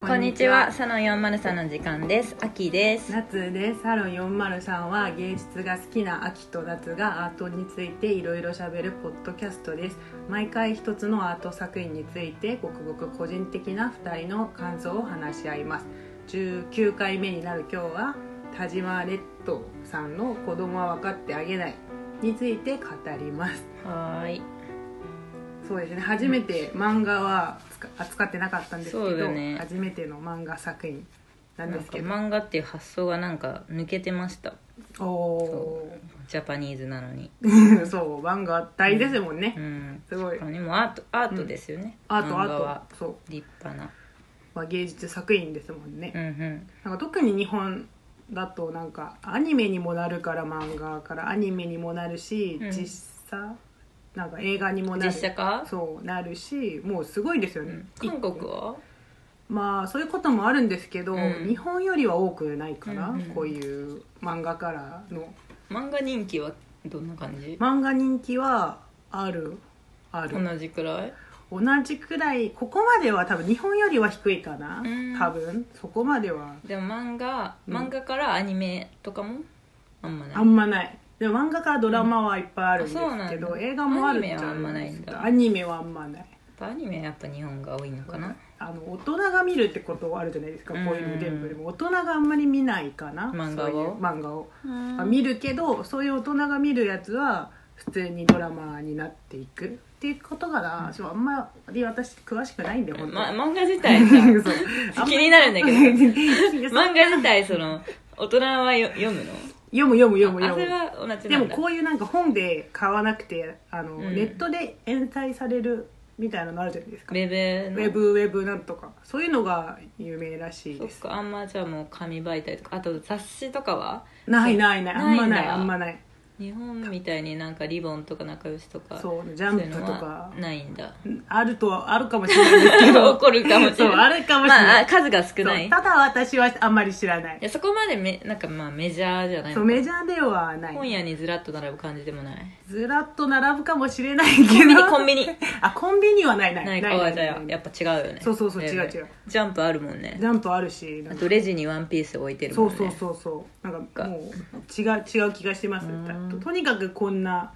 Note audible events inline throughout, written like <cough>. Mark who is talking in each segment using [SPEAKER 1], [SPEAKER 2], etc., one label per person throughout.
[SPEAKER 1] こんにちは、サロン403の時間です。アキです。
[SPEAKER 2] 夏ですサロン403は芸術が好きな秋と夏がアートについていろいろ喋るポッドキャストです毎回一つのアート作品についてごくごく個人的な2人の感想を話し合います19回目になる今日は田島レッドさんの「子供は分かってあげない」について語ります
[SPEAKER 1] はーい。
[SPEAKER 2] そうですね初めて漫画は扱扱ってなかったんですけ
[SPEAKER 1] そうだ
[SPEAKER 2] ど、
[SPEAKER 1] ね
[SPEAKER 2] 初めての漫画作品な
[SPEAKER 1] なんん
[SPEAKER 2] で
[SPEAKER 1] か
[SPEAKER 2] すけど
[SPEAKER 1] 漫画っていう発想がなんか抜けてました。
[SPEAKER 2] おお
[SPEAKER 1] ジャパニーズなのに。
[SPEAKER 2] ー <laughs> そう漫画大ですもんね、
[SPEAKER 1] うん。
[SPEAKER 2] すごい
[SPEAKER 1] でもアート、アートですよね。
[SPEAKER 2] アート
[SPEAKER 1] 漫画は
[SPEAKER 2] アートそう、
[SPEAKER 1] 立派な。
[SPEAKER 2] まあ、芸術作品ですもんね、
[SPEAKER 1] うんうん。
[SPEAKER 2] なんか特に日本だとなんかアニメにもなるから漫画からアニメにもなるし、
[SPEAKER 1] うん
[SPEAKER 2] 実写なんか映画にもなる
[SPEAKER 1] 実写化
[SPEAKER 2] そうなるしもうすごいですよ
[SPEAKER 1] う
[SPEAKER 2] ね
[SPEAKER 1] ん、韓国は
[SPEAKER 2] まあそういうこともあるんですけど、
[SPEAKER 1] うん
[SPEAKER 2] 日本よりは多くないから、
[SPEAKER 1] うんうん
[SPEAKER 2] こういう漫画からの
[SPEAKER 1] 漫画人気はどんな感じ
[SPEAKER 2] 漫画人気はあるある
[SPEAKER 1] 同じくらい
[SPEAKER 2] 同じくらいここまでは多分日本よりは低いかな、
[SPEAKER 1] うん
[SPEAKER 2] 多分そこまでは
[SPEAKER 1] でも漫画、
[SPEAKER 2] うん
[SPEAKER 1] 漫画からアニメとかもあんまない。
[SPEAKER 2] あんまないでも漫画からドラマはいっぱいあるんです
[SPEAKER 1] うんあそうなんだ
[SPEAKER 2] けど、映画もあるっちゃ
[SPEAKER 1] アニメはあんまないんだ
[SPEAKER 2] アニメはあんまない
[SPEAKER 1] やっぱアニメはやっぱ日本が多いのかな。
[SPEAKER 2] あの大人が見るってことあるじゃないですかこういう
[SPEAKER 1] うん
[SPEAKER 2] の全部でも大人があんまり見ないかな
[SPEAKER 1] 漫画を
[SPEAKER 2] そういう漫画を、あ
[SPEAKER 1] う
[SPEAKER 2] 見るけどそういう大人が見るやつは普通にドラマになっていくっていうことかな、ちょっとあんまり私詳しくないんで本当
[SPEAKER 1] ま、
[SPEAKER 2] に、
[SPEAKER 1] 漫画自体さ
[SPEAKER 2] <laughs> そうあんま
[SPEAKER 1] 気になるんだけ
[SPEAKER 2] <laughs>
[SPEAKER 1] ど
[SPEAKER 2] いやそう
[SPEAKER 1] 漫画自体その大人はよ読むの
[SPEAKER 2] 読む読む読む
[SPEAKER 1] あ
[SPEAKER 2] 読
[SPEAKER 1] それ
[SPEAKER 2] む
[SPEAKER 1] は同じなんだ
[SPEAKER 2] でもこういうなんか本で買わなくてあの、
[SPEAKER 1] うん
[SPEAKER 2] ネットで延滞されるみたいなのあるじゃないですか
[SPEAKER 1] ウェ
[SPEAKER 2] ウ
[SPEAKER 1] ブの
[SPEAKER 2] ェブウェブなんとかそういうのが有名らしい
[SPEAKER 1] そっ
[SPEAKER 2] です
[SPEAKER 1] かあんまじゃあもう紙媒体とかあと雑誌とかは
[SPEAKER 2] ないないないあんま
[SPEAKER 1] な
[SPEAKER 2] ない
[SPEAKER 1] ん
[SPEAKER 2] い
[SPEAKER 1] だ
[SPEAKER 2] あんまない
[SPEAKER 1] 日本みたいになんかリボンとか仲良しとか
[SPEAKER 2] そうジャンプと
[SPEAKER 1] そういうのは
[SPEAKER 2] か
[SPEAKER 1] ないんだ
[SPEAKER 2] あるとはあるかもしれないですけ
[SPEAKER 1] <laughs>
[SPEAKER 2] ど
[SPEAKER 1] 怒るかもしれない
[SPEAKER 2] そうあるかもしれない
[SPEAKER 1] まあ数が少
[SPEAKER 2] そう
[SPEAKER 1] ないい
[SPEAKER 2] ただ私はあんまり知らない
[SPEAKER 1] やそこまでめなんかまあメジャーじゃない
[SPEAKER 2] そうメジャーではな
[SPEAKER 1] 本
[SPEAKER 2] い
[SPEAKER 1] 屋にずらっと並ぶ感じでもない
[SPEAKER 2] ずらっと並ぶかもしれないけど
[SPEAKER 1] コンビニコンビ
[SPEAKER 2] <laughs> あコンビニはないない
[SPEAKER 1] ないか
[SPEAKER 2] ない
[SPEAKER 1] は
[SPEAKER 2] ない
[SPEAKER 1] じゃあやっぱ違うよね
[SPEAKER 2] そうそうそう
[SPEAKER 1] ウェブ
[SPEAKER 2] 違う違う
[SPEAKER 1] ジャンプあるもんね
[SPEAKER 2] ジャンプあるしな
[SPEAKER 1] あ
[SPEAKER 2] んか
[SPEAKER 1] とレジにワンピース置いてる
[SPEAKER 2] そ
[SPEAKER 1] もん
[SPEAKER 2] う
[SPEAKER 1] ね
[SPEAKER 2] そうそうそうなんかもう違う違う気がしてます
[SPEAKER 1] うん
[SPEAKER 2] とにかくこんな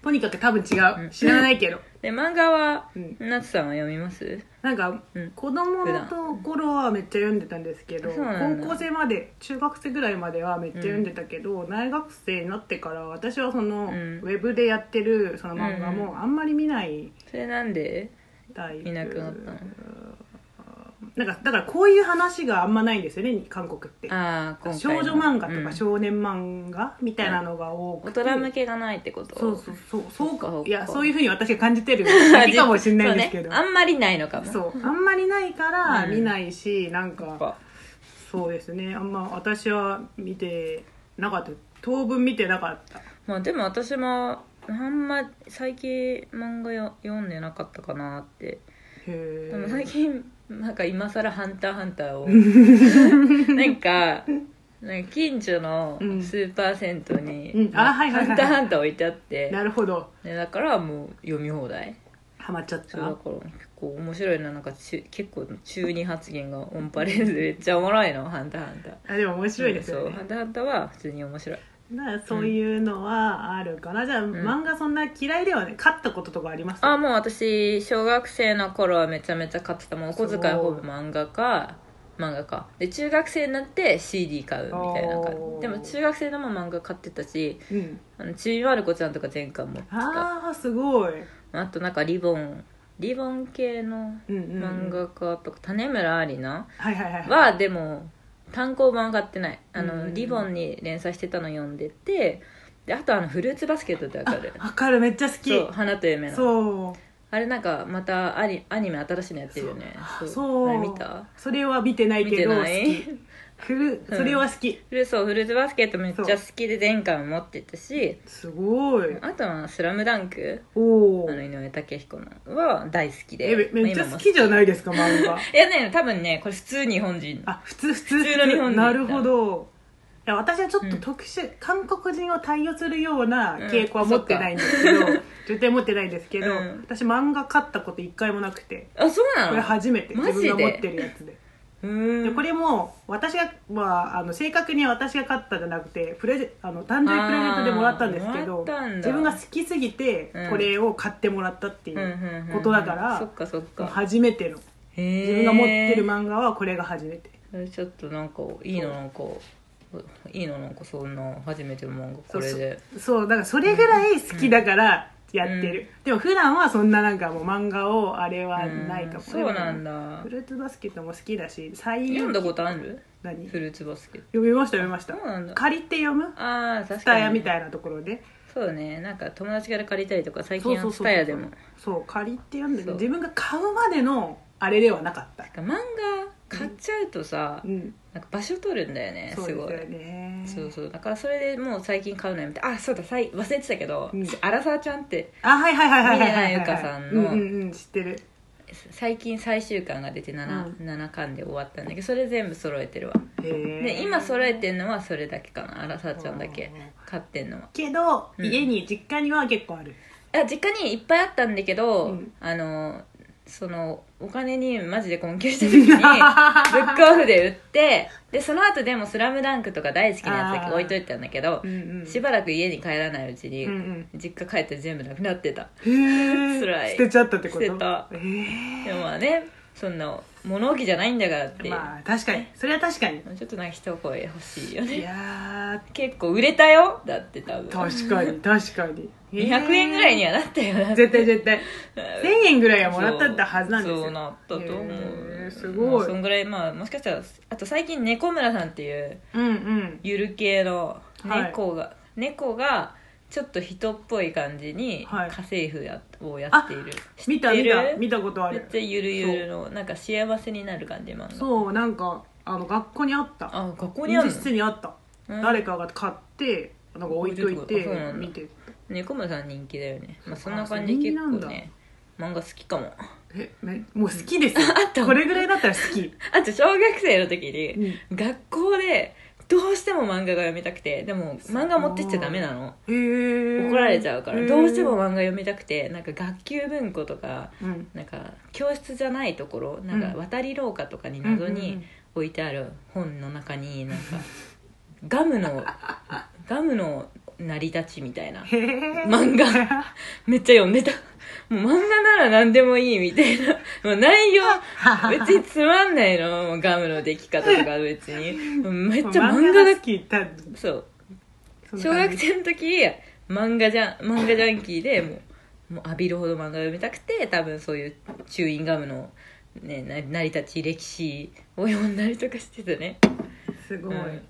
[SPEAKER 2] とにかく多分違う知らないけど
[SPEAKER 1] で漫画は、
[SPEAKER 2] うん
[SPEAKER 1] なつさんは読みます
[SPEAKER 2] なんか
[SPEAKER 1] うん
[SPEAKER 2] 子供の頃はめっちゃ読んでたんですけど
[SPEAKER 1] そうなんだ
[SPEAKER 2] 高校生まで中学生ぐらいまではめっちゃ読んでたけど大学生になってから私はその
[SPEAKER 1] う
[SPEAKER 2] ウ
[SPEAKER 1] ん
[SPEAKER 2] ェブでやってるその漫画もあんまり見ない
[SPEAKER 1] それなんで
[SPEAKER 2] タイプ
[SPEAKER 1] 見なくなったの
[SPEAKER 2] なんかだからこういう話があんまないんですよね韓国って
[SPEAKER 1] ああ今回の
[SPEAKER 2] 少女漫画と
[SPEAKER 1] う
[SPEAKER 2] か
[SPEAKER 1] ん
[SPEAKER 2] 少年漫画みたいなのが多
[SPEAKER 1] 大
[SPEAKER 2] くて
[SPEAKER 1] 人向けがないってこと
[SPEAKER 2] そうそうそうそう
[SPEAKER 1] そっかそ
[SPEAKER 2] か
[SPEAKER 1] っか
[SPEAKER 2] いやそういうふうに私が感じてるだけかもしれないんですけど
[SPEAKER 1] そうね、あんまりないのかも
[SPEAKER 2] そう,、あんまりないから
[SPEAKER 1] うん
[SPEAKER 2] 見ないし、なん
[SPEAKER 1] やっ
[SPEAKER 2] か
[SPEAKER 1] ぱ
[SPEAKER 2] そうですねあんま私は見てなかった当分見てなかった
[SPEAKER 1] まあでも私もあんま最近漫画よ読んでなかったかなって
[SPEAKER 2] へ
[SPEAKER 1] でも最
[SPEAKER 2] え
[SPEAKER 1] 近なんか今更ハンターハンター」
[SPEAKER 2] <laughs>
[SPEAKER 1] をなんかなんか近所のスーパー銭湯に、
[SPEAKER 2] うんあはいはいはい
[SPEAKER 1] ハンターハンター」置いてあって
[SPEAKER 2] なるほど
[SPEAKER 1] ね、だからもう読み放題
[SPEAKER 2] ハマっちゃっ
[SPEAKER 1] そうだ
[SPEAKER 2] た
[SPEAKER 1] から結構面白いななんかち結構中二発言がオンパレードでめっちゃおもろいの「ハンターハンター」
[SPEAKER 2] あでも面白いですよ
[SPEAKER 1] そう「ハ
[SPEAKER 2] ね
[SPEAKER 1] ンターハンター」は普通に面白い
[SPEAKER 2] だからそういうのはあるかな、じゃあ、漫画そんな嫌いではね勝ったこととかあります
[SPEAKER 1] あもう私小学生の頃はめちゃめちゃ買ってたもうお小遣いほぼ漫画か漫画かで中学生になって CD 買うみたいな感
[SPEAKER 2] お
[SPEAKER 1] じ
[SPEAKER 2] ー
[SPEAKER 1] でも中学生でも漫画買ってたし
[SPEAKER 2] うん
[SPEAKER 1] あのちびまる子ちゃんとか全巻持ってたあ
[SPEAKER 2] あーすごい、
[SPEAKER 1] となんかリボンリボン系の
[SPEAKER 2] うんうんうん
[SPEAKER 1] 漫画家とか種村ありな
[SPEAKER 2] はいはいはい
[SPEAKER 1] はでも単行版買ってないあの、
[SPEAKER 2] うん
[SPEAKER 1] リボンに連載してたの読んでてであとあのフルーツバスケットってわかる
[SPEAKER 2] わかるめっちゃ好き
[SPEAKER 1] そう花と夢の
[SPEAKER 2] そう
[SPEAKER 1] あれなんかまたアニアニメ新しいのやってるよね
[SPEAKER 2] そうそう
[SPEAKER 1] あれ見た
[SPEAKER 2] それは見てない
[SPEAKER 1] 見
[SPEAKER 2] け
[SPEAKER 1] て
[SPEAKER 2] ど好
[SPEAKER 1] ない
[SPEAKER 2] きフルそれは好き、
[SPEAKER 1] フルそうフルーツバスケットめっちゃ好きで前回も持ってたし
[SPEAKER 2] すごい
[SPEAKER 1] あとは「スラムダンク
[SPEAKER 2] お
[SPEAKER 1] あ
[SPEAKER 2] お
[SPEAKER 1] の井上武彦のは大好きで
[SPEAKER 2] えめめっちゃ好きじゃ
[SPEAKER 1] い
[SPEAKER 2] ないですか漫画
[SPEAKER 1] いやね多分ねこれ普通日本人
[SPEAKER 2] あ普通普通
[SPEAKER 1] 普通の日本人
[SPEAKER 2] なるほどいや私はちょっ
[SPEAKER 1] う
[SPEAKER 2] と
[SPEAKER 1] ん
[SPEAKER 2] 特殊、韓国人を対応するような
[SPEAKER 1] うん
[SPEAKER 2] 傾向は持ってないんですけど、絶対持ってないですけど、
[SPEAKER 1] うん
[SPEAKER 2] 私漫画買ったこと一回もなくて
[SPEAKER 1] あそうな
[SPEAKER 2] これ
[SPEAKER 1] の
[SPEAKER 2] 初めて
[SPEAKER 1] マジで
[SPEAKER 2] 自分が持ってるやつで
[SPEAKER 1] う
[SPEAKER 2] で
[SPEAKER 1] ーん
[SPEAKER 2] これも私が、まあ、あの正確には私が買ったじゃなくてプレゼあの誕生日プレゼントでもらったんですけ
[SPEAKER 1] あー
[SPEAKER 2] ど
[SPEAKER 1] もらったんだ
[SPEAKER 2] 自分が好きすぎて
[SPEAKER 1] うん
[SPEAKER 2] これを買ってもらったってい
[SPEAKER 1] うんう
[SPEAKER 2] う、
[SPEAKER 1] んうんうん
[SPEAKER 2] ことだから
[SPEAKER 1] そっかそっか
[SPEAKER 2] 初めての自
[SPEAKER 1] 自
[SPEAKER 2] 分が持ってる漫画はこれが初めて、
[SPEAKER 1] それちょっとなんかいいのなんかいいのなんかそんな初めての漫画これで
[SPEAKER 2] そうだからそれぐらい好きだからやってる、でも普段はそんななんかもう漫画をあれはないと
[SPEAKER 1] うん
[SPEAKER 2] 思
[SPEAKER 1] そうなん
[SPEAKER 2] だ
[SPEAKER 1] だ
[SPEAKER 2] フルーツバスケットも好きだし最
[SPEAKER 1] 読んだことある
[SPEAKER 2] 何
[SPEAKER 1] フ
[SPEAKER 2] 読
[SPEAKER 1] ルーツバスケッ
[SPEAKER 2] みました読みまし
[SPEAKER 1] ト
[SPEAKER 2] た
[SPEAKER 1] そうなんだ
[SPEAKER 2] 借りて読む
[SPEAKER 1] ああ確
[SPEAKER 2] スタ
[SPEAKER 1] か
[SPEAKER 2] ヤ
[SPEAKER 1] に
[SPEAKER 2] みたいなところで
[SPEAKER 1] そうねなんか友達から借りたりとか最
[SPEAKER 2] そう
[SPEAKER 1] 近
[SPEAKER 2] そうそうそう
[SPEAKER 1] はスタヤでも
[SPEAKER 2] そう借りて読んだけど
[SPEAKER 1] そう
[SPEAKER 2] 自分が買うまでのあれではなかった
[SPEAKER 1] なんか漫画買っちゃうとさ
[SPEAKER 2] うん
[SPEAKER 1] なんか場所取るんだよね
[SPEAKER 2] そう
[SPEAKER 1] す
[SPEAKER 2] ですよ
[SPEAKER 1] ごい
[SPEAKER 2] ね
[SPEAKER 1] そうそうだからそれでもう最近買うのやめてあそうださい忘れてたけど、
[SPEAKER 2] うん
[SPEAKER 1] アラサーちゃんって
[SPEAKER 2] あはいはいはいはいはいはい
[SPEAKER 1] 宮
[SPEAKER 2] は
[SPEAKER 1] 野
[SPEAKER 2] い
[SPEAKER 1] 由香さんの
[SPEAKER 2] うんうんうん知ってる
[SPEAKER 1] 最近最終巻が出て 7,、7巻で終わったんだけどそれ全部揃えてるわ
[SPEAKER 2] へ
[SPEAKER 1] で
[SPEAKER 2] え
[SPEAKER 1] 今揃えてるのはそれだけかなアラサーちゃんだけ買ってんのは
[SPEAKER 2] けど
[SPEAKER 1] うん
[SPEAKER 2] 家に実家には結構ある
[SPEAKER 1] いや実家にいっぱいあったんだけど、
[SPEAKER 2] うん
[SPEAKER 1] あのそのお金にマジで困窮した時
[SPEAKER 2] <laughs>
[SPEAKER 1] にブックオフで売ってでその後でも「スラムダンクとか大好きなやつだけ置いといたんだけど
[SPEAKER 2] う、んうん
[SPEAKER 1] しばらく家に帰らないうちに、
[SPEAKER 2] うんうん
[SPEAKER 1] 実家帰って全部なくなってた
[SPEAKER 2] へえ
[SPEAKER 1] 辛い
[SPEAKER 2] 捨てちゃったってこと
[SPEAKER 1] 捨てた
[SPEAKER 2] へ
[SPEAKER 1] でもまあねそんな物置じゃないんだからって
[SPEAKER 2] え
[SPEAKER 1] いう、
[SPEAKER 2] まあ確かにそれは確かに
[SPEAKER 1] ちょっとなんか一声欲しいよ
[SPEAKER 2] い
[SPEAKER 1] ね
[SPEAKER 2] や
[SPEAKER 1] 結構売れたよだって多
[SPEAKER 2] ー
[SPEAKER 1] 分
[SPEAKER 2] 確かに確かに
[SPEAKER 1] 200円ぐらいにはなったよ
[SPEAKER 2] <laughs>
[SPEAKER 1] な
[SPEAKER 2] 絶対絶対1000円ぐらいはもらったったはずなんです
[SPEAKER 1] そう
[SPEAKER 2] よ
[SPEAKER 1] なったと思う、
[SPEAKER 2] へーすごい
[SPEAKER 1] まあそんぐらいまあもしかしたらあと最近猫村さんっていう
[SPEAKER 2] うんうん
[SPEAKER 1] ゆる系の
[SPEAKER 2] はい
[SPEAKER 1] 猫が、猫がちょっと人っぽい感じに
[SPEAKER 2] はい
[SPEAKER 1] 家政婦やをやっている、
[SPEAKER 2] 見た
[SPEAKER 1] 知って
[SPEAKER 2] 見
[SPEAKER 1] る
[SPEAKER 2] た見たことあ
[SPEAKER 1] め
[SPEAKER 2] る
[SPEAKER 1] っちゃゆるゆるのなんか幸せになる感じ漫画
[SPEAKER 2] そうなんかあの学校にあった
[SPEAKER 1] あ学校
[SPEAKER 2] こ
[SPEAKER 1] にある
[SPEAKER 2] 室にあった、
[SPEAKER 1] の、うん
[SPEAKER 2] 誰かが買ってなんか置いとい
[SPEAKER 1] あ
[SPEAKER 2] て
[SPEAKER 1] そうなんだ
[SPEAKER 2] 見て
[SPEAKER 1] 猫村さん人気だよね、まあ、そん
[SPEAKER 2] あ
[SPEAKER 1] な
[SPEAKER 2] そう
[SPEAKER 1] 感じ結
[SPEAKER 2] 人気な
[SPEAKER 1] 構
[SPEAKER 2] んだ
[SPEAKER 1] ね漫画好きかも <laughs>
[SPEAKER 2] えめもう好きですよ
[SPEAKER 1] あった
[SPEAKER 2] これぐらいだったら好き、
[SPEAKER 1] <laughs> あと小学生の時に、
[SPEAKER 2] うん、
[SPEAKER 1] 学校でどうしても漫画が読みたくてでも漫画持ってっちゃダメなの
[SPEAKER 2] へえ
[SPEAKER 1] 怒られちゃうからどうしても漫画読みたくてなんか学級文庫とか
[SPEAKER 2] うん
[SPEAKER 1] なんか教室じゃないところなん
[SPEAKER 2] うん
[SPEAKER 1] か渡り廊下とかに謎
[SPEAKER 2] うんうんうん
[SPEAKER 1] に置いてある本の中になんか <laughs> ガムのガムの成り立ちみたいな
[SPEAKER 2] へえ
[SPEAKER 1] 漫画めっちゃ読んでたもう漫画なら何でもいいみたいな <laughs> もう内容 <laughs> 別につまんないのもうガムの出来方とか別に <laughs> めっちゃ漫画
[SPEAKER 2] 漫
[SPEAKER 1] が
[SPEAKER 2] 好きだ
[SPEAKER 1] そう
[SPEAKER 2] そんな
[SPEAKER 1] 小
[SPEAKER 2] 感
[SPEAKER 1] 学
[SPEAKER 2] じ
[SPEAKER 1] 生の時漫画じゃん漫画ジャンキーでもうもう浴びるほど漫画読みたくて多分そういうチューインガムの、ね、な成り立ち歴史を読んだりとかしてたね、
[SPEAKER 2] すご
[SPEAKER 1] う
[SPEAKER 2] い、
[SPEAKER 1] ん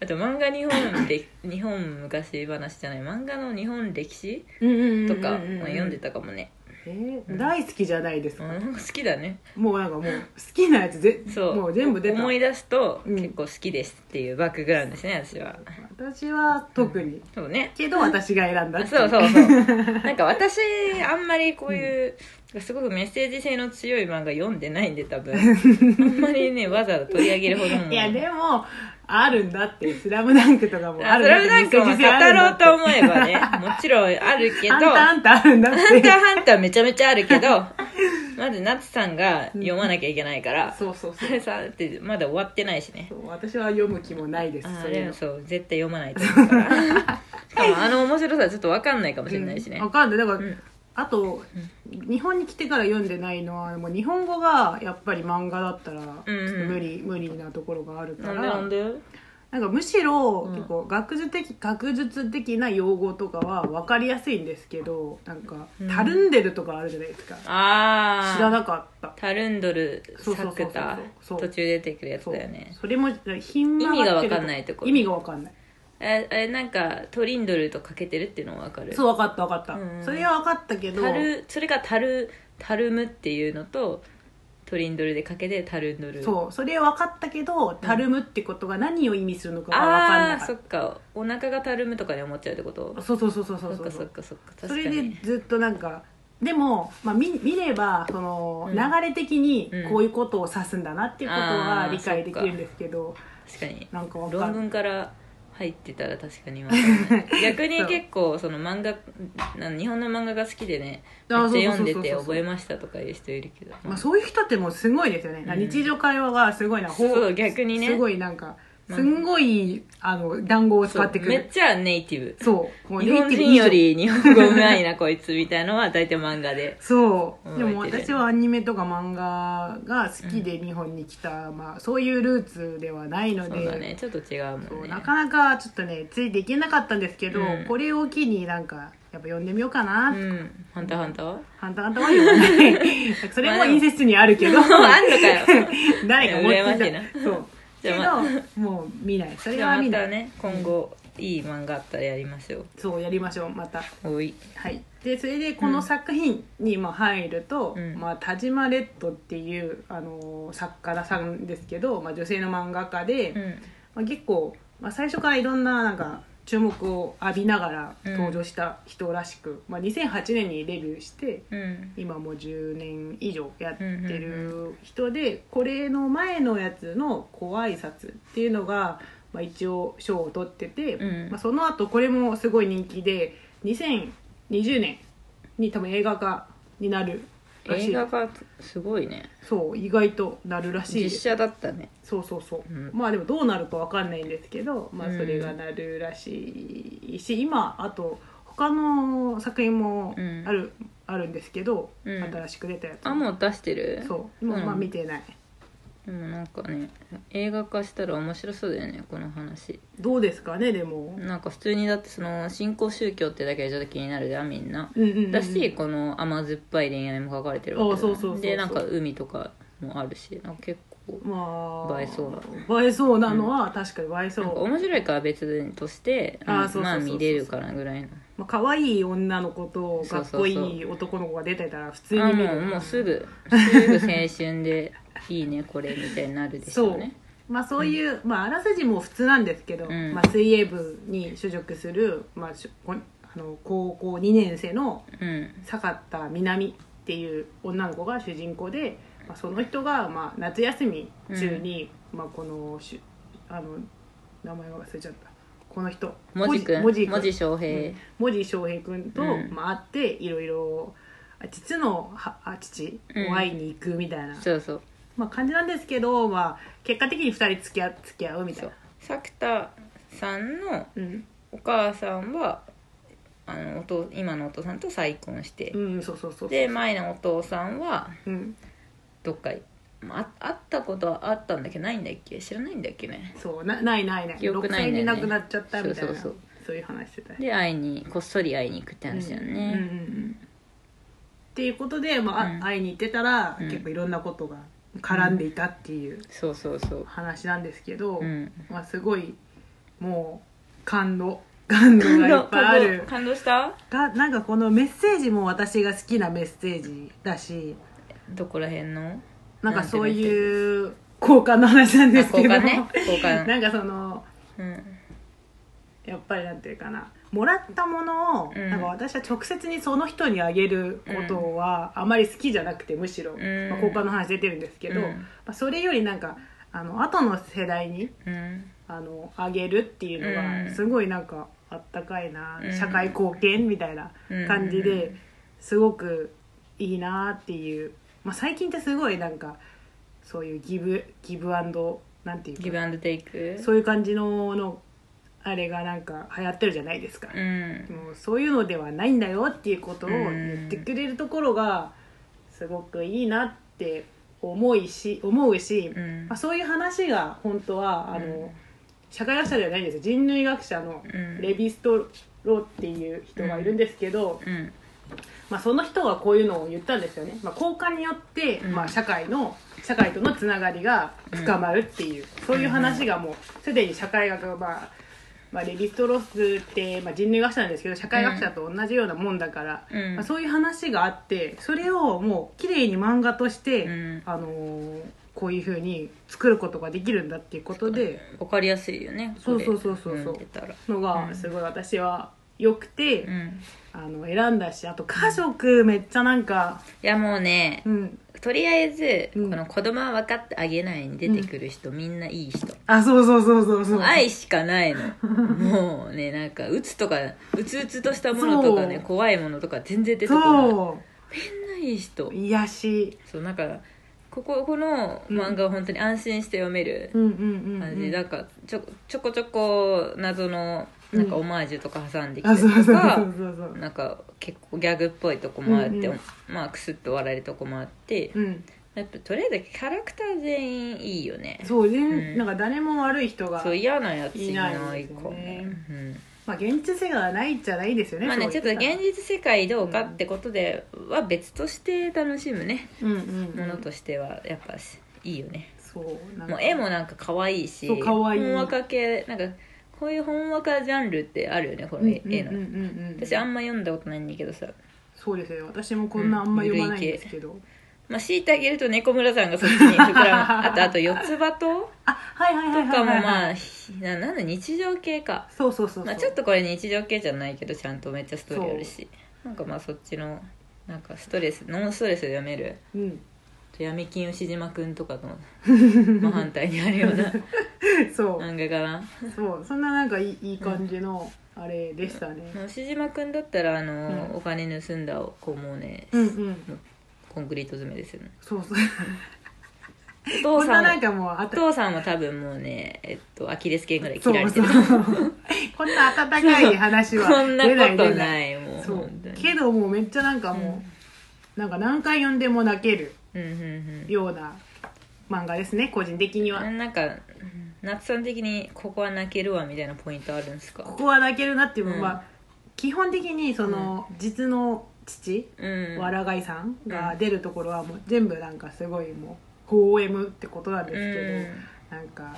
[SPEAKER 1] あと漫画日本で
[SPEAKER 2] <laughs>
[SPEAKER 1] 日本昔話じゃない漫画の日本歴史
[SPEAKER 2] うんうんうんうんうん
[SPEAKER 1] とか、まあ読んでたかもね、
[SPEAKER 2] えー大好きじゃないです
[SPEAKER 1] う
[SPEAKER 2] か、
[SPEAKER 1] ん、好きだね
[SPEAKER 2] もうなんかもう好きなやつぜ
[SPEAKER 1] そう
[SPEAKER 2] もう全部出た
[SPEAKER 1] 思い出すと
[SPEAKER 2] うん
[SPEAKER 1] 結構好きですっていうバックグラウンドですね私は
[SPEAKER 2] 私は特に、
[SPEAKER 1] そうね
[SPEAKER 2] けど私が選んだってい
[SPEAKER 1] そう
[SPEAKER 2] <laughs>
[SPEAKER 1] そうそうなんか私あんまりこういう、すごくメッセージ性の強い漫画読んでないんで多分あんまりねわざわざ取り上げるほどの
[SPEAKER 2] いやでもあるんだって「スラムダンクとかもあ
[SPEAKER 1] あ
[SPEAKER 2] る
[SPEAKER 1] スラムダンクも語ろうと
[SPEAKER 2] う
[SPEAKER 1] 思えばねもちろんあるけ
[SPEAKER 2] け
[SPEAKER 1] ど
[SPEAKER 2] どあんたあ
[SPEAKER 1] ハン
[SPEAKER 2] んたあるんだっ
[SPEAKER 1] ター <laughs>
[SPEAKER 2] て
[SPEAKER 1] ハンターめちゃめちゃあるけど <laughs> まず夏さんが読まなきゃいけないから、
[SPEAKER 2] そうそうそ
[SPEAKER 1] あれ
[SPEAKER 2] う
[SPEAKER 1] さだってまだ終わってないしね
[SPEAKER 2] そう私は読む気もないです
[SPEAKER 1] あ
[SPEAKER 2] そういう
[SPEAKER 1] れ
[SPEAKER 2] の
[SPEAKER 1] そう絶対読まないと思うからし
[SPEAKER 2] <laughs>
[SPEAKER 1] かもあの面白さちょっと分かんないかもしれないしね、
[SPEAKER 2] うんわかんないだから、
[SPEAKER 1] うん
[SPEAKER 2] あと、日本に来てから読んでないのはもう日本語がやっぱり漫画だったらちょっと無理、無理なところがあるか
[SPEAKER 1] な
[SPEAKER 2] ら
[SPEAKER 1] んでなんで
[SPEAKER 2] なんかむしろ、
[SPEAKER 1] うん
[SPEAKER 2] 結構学術的学術的な用語とかは分かりやすいんですけどなんか
[SPEAKER 1] うん
[SPEAKER 2] たるんでるとかあるじゃないですか、
[SPEAKER 1] ああ
[SPEAKER 2] 知らなかった
[SPEAKER 1] タルンドル
[SPEAKER 2] そうそうそうそう
[SPEAKER 1] サクタ
[SPEAKER 2] そう
[SPEAKER 1] 途中出てくるやつ
[SPEAKER 2] そう
[SPEAKER 1] だよね
[SPEAKER 2] それも品
[SPEAKER 1] 意味が分かんないところ
[SPEAKER 2] 意味が分かんない
[SPEAKER 1] ええなんかトリンドルとかけてるっていうの分かる
[SPEAKER 2] そう分かった分かった、
[SPEAKER 1] うん
[SPEAKER 2] それは分かったけど
[SPEAKER 1] タルそれがタルタルムっていうのとトリンドルでかけてタルンドル
[SPEAKER 2] そうそれは分かったけどたるむってことが何を意味するのかが分かん
[SPEAKER 1] あ
[SPEAKER 2] なか
[SPEAKER 1] あー
[SPEAKER 2] った
[SPEAKER 1] そっかお腹がたるむとかで思っちゃうってこと
[SPEAKER 2] そうそうそうそうそう
[SPEAKER 1] そっかそっかそっか
[SPEAKER 2] そ
[SPEAKER 1] 確か
[SPEAKER 2] れで
[SPEAKER 1] に
[SPEAKER 2] ずっとなんかでも、まあ、見見ればその
[SPEAKER 1] うん
[SPEAKER 2] 流れ的に
[SPEAKER 1] うん
[SPEAKER 2] こういうことを指すんだなっていうこと
[SPEAKER 1] あ
[SPEAKER 2] は
[SPEAKER 1] ー
[SPEAKER 2] 理解できるんですけど、
[SPEAKER 1] 確かに
[SPEAKER 2] なんかわか
[SPEAKER 1] 論
[SPEAKER 2] んない
[SPEAKER 1] 文から入ってたら確かにわかんない
[SPEAKER 2] <laughs>
[SPEAKER 1] 逆に結構その漫画なん日本の漫画が好きでねめ
[SPEAKER 2] あ
[SPEAKER 1] っちゃ読
[SPEAKER 2] そう
[SPEAKER 1] んで
[SPEAKER 2] そうそう
[SPEAKER 1] て
[SPEAKER 2] そう
[SPEAKER 1] 覚えましたとかいう人いるけど
[SPEAKER 2] まあ、そういう人ってもうすごいですよね、
[SPEAKER 1] うん
[SPEAKER 2] 日常会話がすごいなほ
[SPEAKER 1] そう逆にね
[SPEAKER 2] すごいなんか
[SPEAKER 1] まあ
[SPEAKER 2] すんごいあの団子を使ってく
[SPEAKER 1] そうめっ
[SPEAKER 2] る
[SPEAKER 1] ちゃネイティブ
[SPEAKER 2] そうもう
[SPEAKER 1] 日本人より日本語うまいなこいつみたいのは大体漫画で
[SPEAKER 2] そう
[SPEAKER 1] うん
[SPEAKER 2] でも
[SPEAKER 1] 湧いてるよね
[SPEAKER 2] 私はアニメとか漫画が好きで日本に来た、まあ、そういうルーツではないの
[SPEAKER 1] そう
[SPEAKER 2] で
[SPEAKER 1] だねちょっと違う
[SPEAKER 2] そ
[SPEAKER 1] もん
[SPEAKER 2] う
[SPEAKER 1] ね
[SPEAKER 2] なかなかちょっとねついていけなかったんですけど、
[SPEAKER 1] うん
[SPEAKER 2] これを機になんかやっぱ読んでみようかな、
[SPEAKER 1] うん「ハンターハンター」は
[SPEAKER 2] ハンターハンターは読ま
[SPEAKER 1] <laughs>
[SPEAKER 2] ないそれも印刷にあるけど、
[SPEAKER 1] もう <laughs> あんのかよ
[SPEAKER 2] <laughs> 誰か持って
[SPEAKER 1] いや羨ましい
[SPEAKER 2] たそう
[SPEAKER 1] じ
[SPEAKER 2] け
[SPEAKER 1] ゃ
[SPEAKER 2] ど、
[SPEAKER 1] あま
[SPEAKER 2] もう見ないそれ
[SPEAKER 1] じゃ
[SPEAKER 2] は
[SPEAKER 1] あ
[SPEAKER 2] 見
[SPEAKER 1] ま
[SPEAKER 2] な
[SPEAKER 1] た
[SPEAKER 2] い、
[SPEAKER 1] ね今後いい漫画あったらやりましょう
[SPEAKER 2] そうやりましょうまた
[SPEAKER 1] おい
[SPEAKER 2] はいでそれでこの作品にまあ入ると、
[SPEAKER 1] うん
[SPEAKER 2] まあ、田島レッドっていう、あのー作家さんですけど、まあ、女性の漫画家で、
[SPEAKER 1] うん
[SPEAKER 2] まあ、結構、まあ、最初からいろんななんか注目を浴びながら登場した人らしく、まあ、2008年にデビューして
[SPEAKER 1] うん
[SPEAKER 2] 今もう10年以上やってる人で、これの前のやつの「ご挨拶っていうのが、まあ、一応賞を取ってて、
[SPEAKER 1] うん
[SPEAKER 2] まあ、その後これもすごい人気で2020年に多分映画化になるらし
[SPEAKER 1] 映
[SPEAKER 2] い
[SPEAKER 1] 画がすごいね
[SPEAKER 2] そう意外となるらしい
[SPEAKER 1] 実
[SPEAKER 2] です
[SPEAKER 1] 写だったね
[SPEAKER 2] そうそうそう、
[SPEAKER 1] うん
[SPEAKER 2] まあでもどうなるかわかんないんですけど、まあ、
[SPEAKER 1] うん
[SPEAKER 2] それがなるらしいし今あと他の作品も
[SPEAKER 1] うん
[SPEAKER 2] ある,、あるんですけど、
[SPEAKER 1] うん
[SPEAKER 2] 新しく出たやつ
[SPEAKER 1] あもう出してる
[SPEAKER 2] そう今、まあ
[SPEAKER 1] うん
[SPEAKER 2] 見てない
[SPEAKER 1] でもなんかね映画化したら面白そうだよねこの話
[SPEAKER 2] どうですかねでも、
[SPEAKER 1] なんか普通にだってその新興宗教ってだけでちょっと気になるじゃんみんな
[SPEAKER 2] うんうんうん
[SPEAKER 1] だし、この甘酸っぱい恋愛も書かれてるわけ
[SPEAKER 2] あ
[SPEAKER 1] だ
[SPEAKER 2] そうそうそうそう
[SPEAKER 1] でなんか海とかもあるしなんか結構
[SPEAKER 2] まあ
[SPEAKER 1] 映えそう
[SPEAKER 2] な映えそうなのは確かに映えそう、
[SPEAKER 1] なんか面白いから別として
[SPEAKER 2] あー
[SPEAKER 1] うん
[SPEAKER 2] そうそうそうそう
[SPEAKER 1] まあ見れるかなぐらいの
[SPEAKER 2] まあ可愛い女の子とかっこいい男の子が出てたら普通に
[SPEAKER 1] あ
[SPEAKER 2] 見る
[SPEAKER 1] もうもうすぐすぐ青春でいいねこれみたいになるでしょうね
[SPEAKER 2] まあそういう、まああらすじも普通なんですけど、
[SPEAKER 1] うん
[SPEAKER 2] まあ、水泳部に所属する、まあ、しょこあの高校2年生の
[SPEAKER 1] うん
[SPEAKER 2] 坂田みなみっていう女の子が主人公で、まあ、その人がまあ夏休み中に、まあ、このしゅあの名前忘れちゃったこの人
[SPEAKER 1] 文字くん
[SPEAKER 2] 文字
[SPEAKER 1] 文字翔平
[SPEAKER 2] 文字翔平君と、
[SPEAKER 1] うん
[SPEAKER 2] まあ、会っていろいろあ父のはあ父を会いに行くみたいな、
[SPEAKER 1] そうそう
[SPEAKER 2] まあ、感じなんですけど、まあ、結果的に2人付き合付き合うみたい
[SPEAKER 1] そ
[SPEAKER 2] な
[SPEAKER 1] う。作田さんの
[SPEAKER 2] うん、
[SPEAKER 1] お母さんはあのお父今のお父さんと再婚して
[SPEAKER 2] う、ん、そうそうそう。
[SPEAKER 1] で前のお父さんは
[SPEAKER 2] うん、
[SPEAKER 1] どっかあ会ったことはあったんだけどないんだっけ知らないんだっけね
[SPEAKER 2] そう、な、ないないない。
[SPEAKER 1] 記憶
[SPEAKER 2] 六
[SPEAKER 1] な
[SPEAKER 2] 歳
[SPEAKER 1] いんだ
[SPEAKER 2] に
[SPEAKER 1] よ
[SPEAKER 2] 亡
[SPEAKER 1] ね
[SPEAKER 2] くなっちゃったみたいな。そ
[SPEAKER 1] そううそうそう
[SPEAKER 2] いう話してた。
[SPEAKER 1] で会いにこっそり会いに行くって話だよね、
[SPEAKER 2] うん、うん、うん。っていうことで、まあ、あ
[SPEAKER 1] うん
[SPEAKER 2] 会いに行ってたら、
[SPEAKER 1] うん
[SPEAKER 2] 結構いろんなことが絡んでいたっていう
[SPEAKER 1] そうそうそう
[SPEAKER 2] 話なんですけど。
[SPEAKER 1] うん
[SPEAKER 2] まあ、すごい、もう、感動。感動がいっぱいある。
[SPEAKER 1] 感動した
[SPEAKER 2] が、なんか、このメッセージも、私が好きなメッセージだし。
[SPEAKER 1] どこら辺の
[SPEAKER 2] なんか、そういう。交換の話なんですけど。
[SPEAKER 1] あ交換
[SPEAKER 2] <laughs>
[SPEAKER 1] ね交換
[SPEAKER 2] なんか、その。
[SPEAKER 1] うん
[SPEAKER 2] やっぱりなんていうかなもらったものを、
[SPEAKER 1] うん
[SPEAKER 2] なんか私は直接にその人にあげることはあまり好きじゃなくてむしろ、
[SPEAKER 1] ん
[SPEAKER 2] まあ、交換の話出てるんですけど、
[SPEAKER 1] うん
[SPEAKER 2] まあ、それよりなんかあの後の世代に
[SPEAKER 1] うん
[SPEAKER 2] あのあげるっていうの
[SPEAKER 1] う
[SPEAKER 2] が
[SPEAKER 1] ん
[SPEAKER 2] すごいなんかあったかいな、
[SPEAKER 1] うん
[SPEAKER 2] 社会貢献みたいな感じで、
[SPEAKER 1] う
[SPEAKER 2] すごくいいなっていう、まあ、最近ってすごいなんかそういうギブギブアンドなんていうか
[SPEAKER 1] ギブアンドテイク
[SPEAKER 2] そういう感じののあれがなんか流行ってるじゃないですか、
[SPEAKER 1] うん
[SPEAKER 2] もうそういうのではないんだよっていうことを言ってくれるところがすごくいいなって思いし思うし、
[SPEAKER 1] うん
[SPEAKER 2] まあ、そういう話が本当はあの、
[SPEAKER 1] うん
[SPEAKER 2] 社会学者ではないんですよ人類学者の
[SPEAKER 1] うん
[SPEAKER 2] レヴィストローっていう人がいるんですけど、
[SPEAKER 1] うん
[SPEAKER 2] まあ、その人がこういうのを言ったんですよね、まあ、交換によって、
[SPEAKER 1] うん
[SPEAKER 2] まあ、社会の社会とのつながりが深まるっていう、そういう話がもうすでに社会学が、まあまあ、レヴィストロスって、まあ、人類学者なんですけど社会学者と同じようなもんだから、
[SPEAKER 1] うん
[SPEAKER 2] まあ、そういう話があってそれをもう綺麗に漫画として、
[SPEAKER 1] うん
[SPEAKER 2] あのーこういうふうに作ることができるんだっていうことで
[SPEAKER 1] わかりやすいよね
[SPEAKER 2] そう
[SPEAKER 1] これ
[SPEAKER 2] そうそうそうそう
[SPEAKER 1] 読んでたら
[SPEAKER 2] のがすごい私は良くて、
[SPEAKER 1] うん
[SPEAKER 2] あの選んだしあと家族めっちゃなんか、
[SPEAKER 1] いやもうね
[SPEAKER 2] うん、
[SPEAKER 1] とりあえず、
[SPEAKER 2] うん
[SPEAKER 1] この子供は分かってあげないに出てくる人、みんないい人
[SPEAKER 2] あそうそうそうそう <laughs> そう
[SPEAKER 1] 愛しかないのもうねなんかうつとかうつうつとしたものとかね
[SPEAKER 2] そう
[SPEAKER 1] 怖いものとか全然出てこない
[SPEAKER 2] そ
[SPEAKER 1] みんないい人
[SPEAKER 2] う癒し
[SPEAKER 1] そうなんかこここの漫画は本当に安心して読める
[SPEAKER 2] うんうんうん、
[SPEAKER 1] 感
[SPEAKER 2] う
[SPEAKER 1] じ、
[SPEAKER 2] ん、
[SPEAKER 1] なんかちょちょこちょこ謎のなんか
[SPEAKER 2] うん
[SPEAKER 1] オマージュとか挟んできた
[SPEAKER 2] あ
[SPEAKER 1] りと
[SPEAKER 2] そうそうそう
[SPEAKER 1] か、
[SPEAKER 2] そうそう
[SPEAKER 1] なんか結構ギャグっぽいとこもあって、
[SPEAKER 2] うんうん
[SPEAKER 1] まあクスッと笑えるとこもあって
[SPEAKER 2] うん
[SPEAKER 1] やっぱとりあえずキャラクター全員いいよね
[SPEAKER 2] そうね、
[SPEAKER 1] うん
[SPEAKER 2] なんか誰も悪い人が
[SPEAKER 1] そう嫌なやついない
[SPEAKER 2] いないです
[SPEAKER 1] か
[SPEAKER 2] よ
[SPEAKER 1] も
[SPEAKER 2] ね
[SPEAKER 1] うん
[SPEAKER 2] まあ現実世界がないっちゃないですよね
[SPEAKER 1] まあね、ち
[SPEAKER 2] そ
[SPEAKER 1] ょ
[SPEAKER 2] う
[SPEAKER 1] っと
[SPEAKER 2] 言
[SPEAKER 1] 現
[SPEAKER 2] たら
[SPEAKER 1] 実世界どうかってことでは別として楽しむね、
[SPEAKER 2] うんうんうん
[SPEAKER 1] ものとしてはやっぱしいいよね、
[SPEAKER 2] そうなんか
[SPEAKER 1] もう絵もなんか可愛いし
[SPEAKER 2] そう可愛い
[SPEAKER 1] 本若系なんかこういう本若ジャンルってあるよねこ
[SPEAKER 2] うん
[SPEAKER 1] の
[SPEAKER 2] うん
[SPEAKER 1] 絵,、
[SPEAKER 2] うんうん
[SPEAKER 1] の
[SPEAKER 2] うん
[SPEAKER 1] 私あんま読んだことないんだけどさ
[SPEAKER 2] そうですよ私もこんなあんま読まないんですけど、
[SPEAKER 1] まあ強いてあげると猫村さんがそっちに
[SPEAKER 2] <laughs>
[SPEAKER 1] 膨らむあとあと四つ葉と
[SPEAKER 2] あはいはいはい
[SPEAKER 1] と
[SPEAKER 2] はい
[SPEAKER 1] かも
[SPEAKER 2] はい
[SPEAKER 1] ま
[SPEAKER 2] あ
[SPEAKER 1] あひななんだ日常系か
[SPEAKER 2] そうそうそうそう、
[SPEAKER 1] まあ、ちょっとこれ日常系じゃないけどちゃんとめっちゃストーリーあるしなんかまあそっちのなんかストレスノンストレスで読める
[SPEAKER 2] うん、
[SPEAKER 1] 闇金牛島くんと
[SPEAKER 2] <laughs>
[SPEAKER 1] かと真反対にあるような
[SPEAKER 2] そう、
[SPEAKER 1] 漫画かな
[SPEAKER 2] そうそんななんかいいいい感じのあれでしたね、
[SPEAKER 1] もう牛島くんだったらあの、
[SPEAKER 2] うん
[SPEAKER 1] お金盗んだ子もね、
[SPEAKER 2] うんうん
[SPEAKER 1] コンクリート詰めですよね
[SPEAKER 2] そうそうこ
[SPEAKER 1] お父
[SPEAKER 2] ん
[SPEAKER 1] さ
[SPEAKER 2] なんなんか
[SPEAKER 1] も
[SPEAKER 2] もうあ
[SPEAKER 1] お父さんも多分もうね、えっと、アキレス腱ぐらい
[SPEAKER 2] そ
[SPEAKER 1] 切ら
[SPEAKER 2] う
[SPEAKER 1] れて
[SPEAKER 2] そう
[SPEAKER 1] る
[SPEAKER 2] こんな温かい話は
[SPEAKER 1] こんなこ
[SPEAKER 2] 出ない
[SPEAKER 1] と
[SPEAKER 2] 出
[SPEAKER 1] ないいもう
[SPEAKER 2] そう
[SPEAKER 1] 本当に
[SPEAKER 2] けどもうめっちゃなんかもう、なんか何回読んでも泣ける
[SPEAKER 1] うんうん
[SPEAKER 2] ような漫画ですね個人的には、
[SPEAKER 1] うんなんか夏さん的にここは泣けるわみたいなポイントあるんですか
[SPEAKER 2] ここは泣けるなっていうのは、
[SPEAKER 1] うん
[SPEAKER 2] まあ基本的にその、実の父
[SPEAKER 1] うん
[SPEAKER 2] わらがいさんが出るところはもう全部なんかすごいもう 4M ってことなんですけど、なんか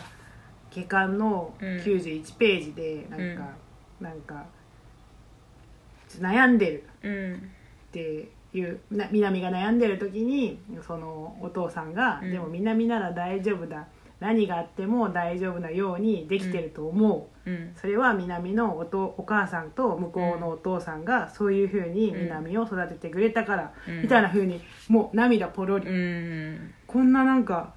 [SPEAKER 2] 下巻の
[SPEAKER 1] うん
[SPEAKER 2] 91ページでなんか、なんか悩んでる
[SPEAKER 1] うんうん
[SPEAKER 2] っていうな南が悩んでる時にそのお父さんが「
[SPEAKER 1] うん
[SPEAKER 2] でも南なら大丈夫だ何があっても大丈夫なようにできてると思う」
[SPEAKER 1] うん
[SPEAKER 2] それは南のおとお母さんと向こうのお父さんがそういうふうに南を育ててくれたから、
[SPEAKER 1] うん
[SPEAKER 2] みたいなふうにもう涙ポロリ、
[SPEAKER 1] うん
[SPEAKER 2] こんななんか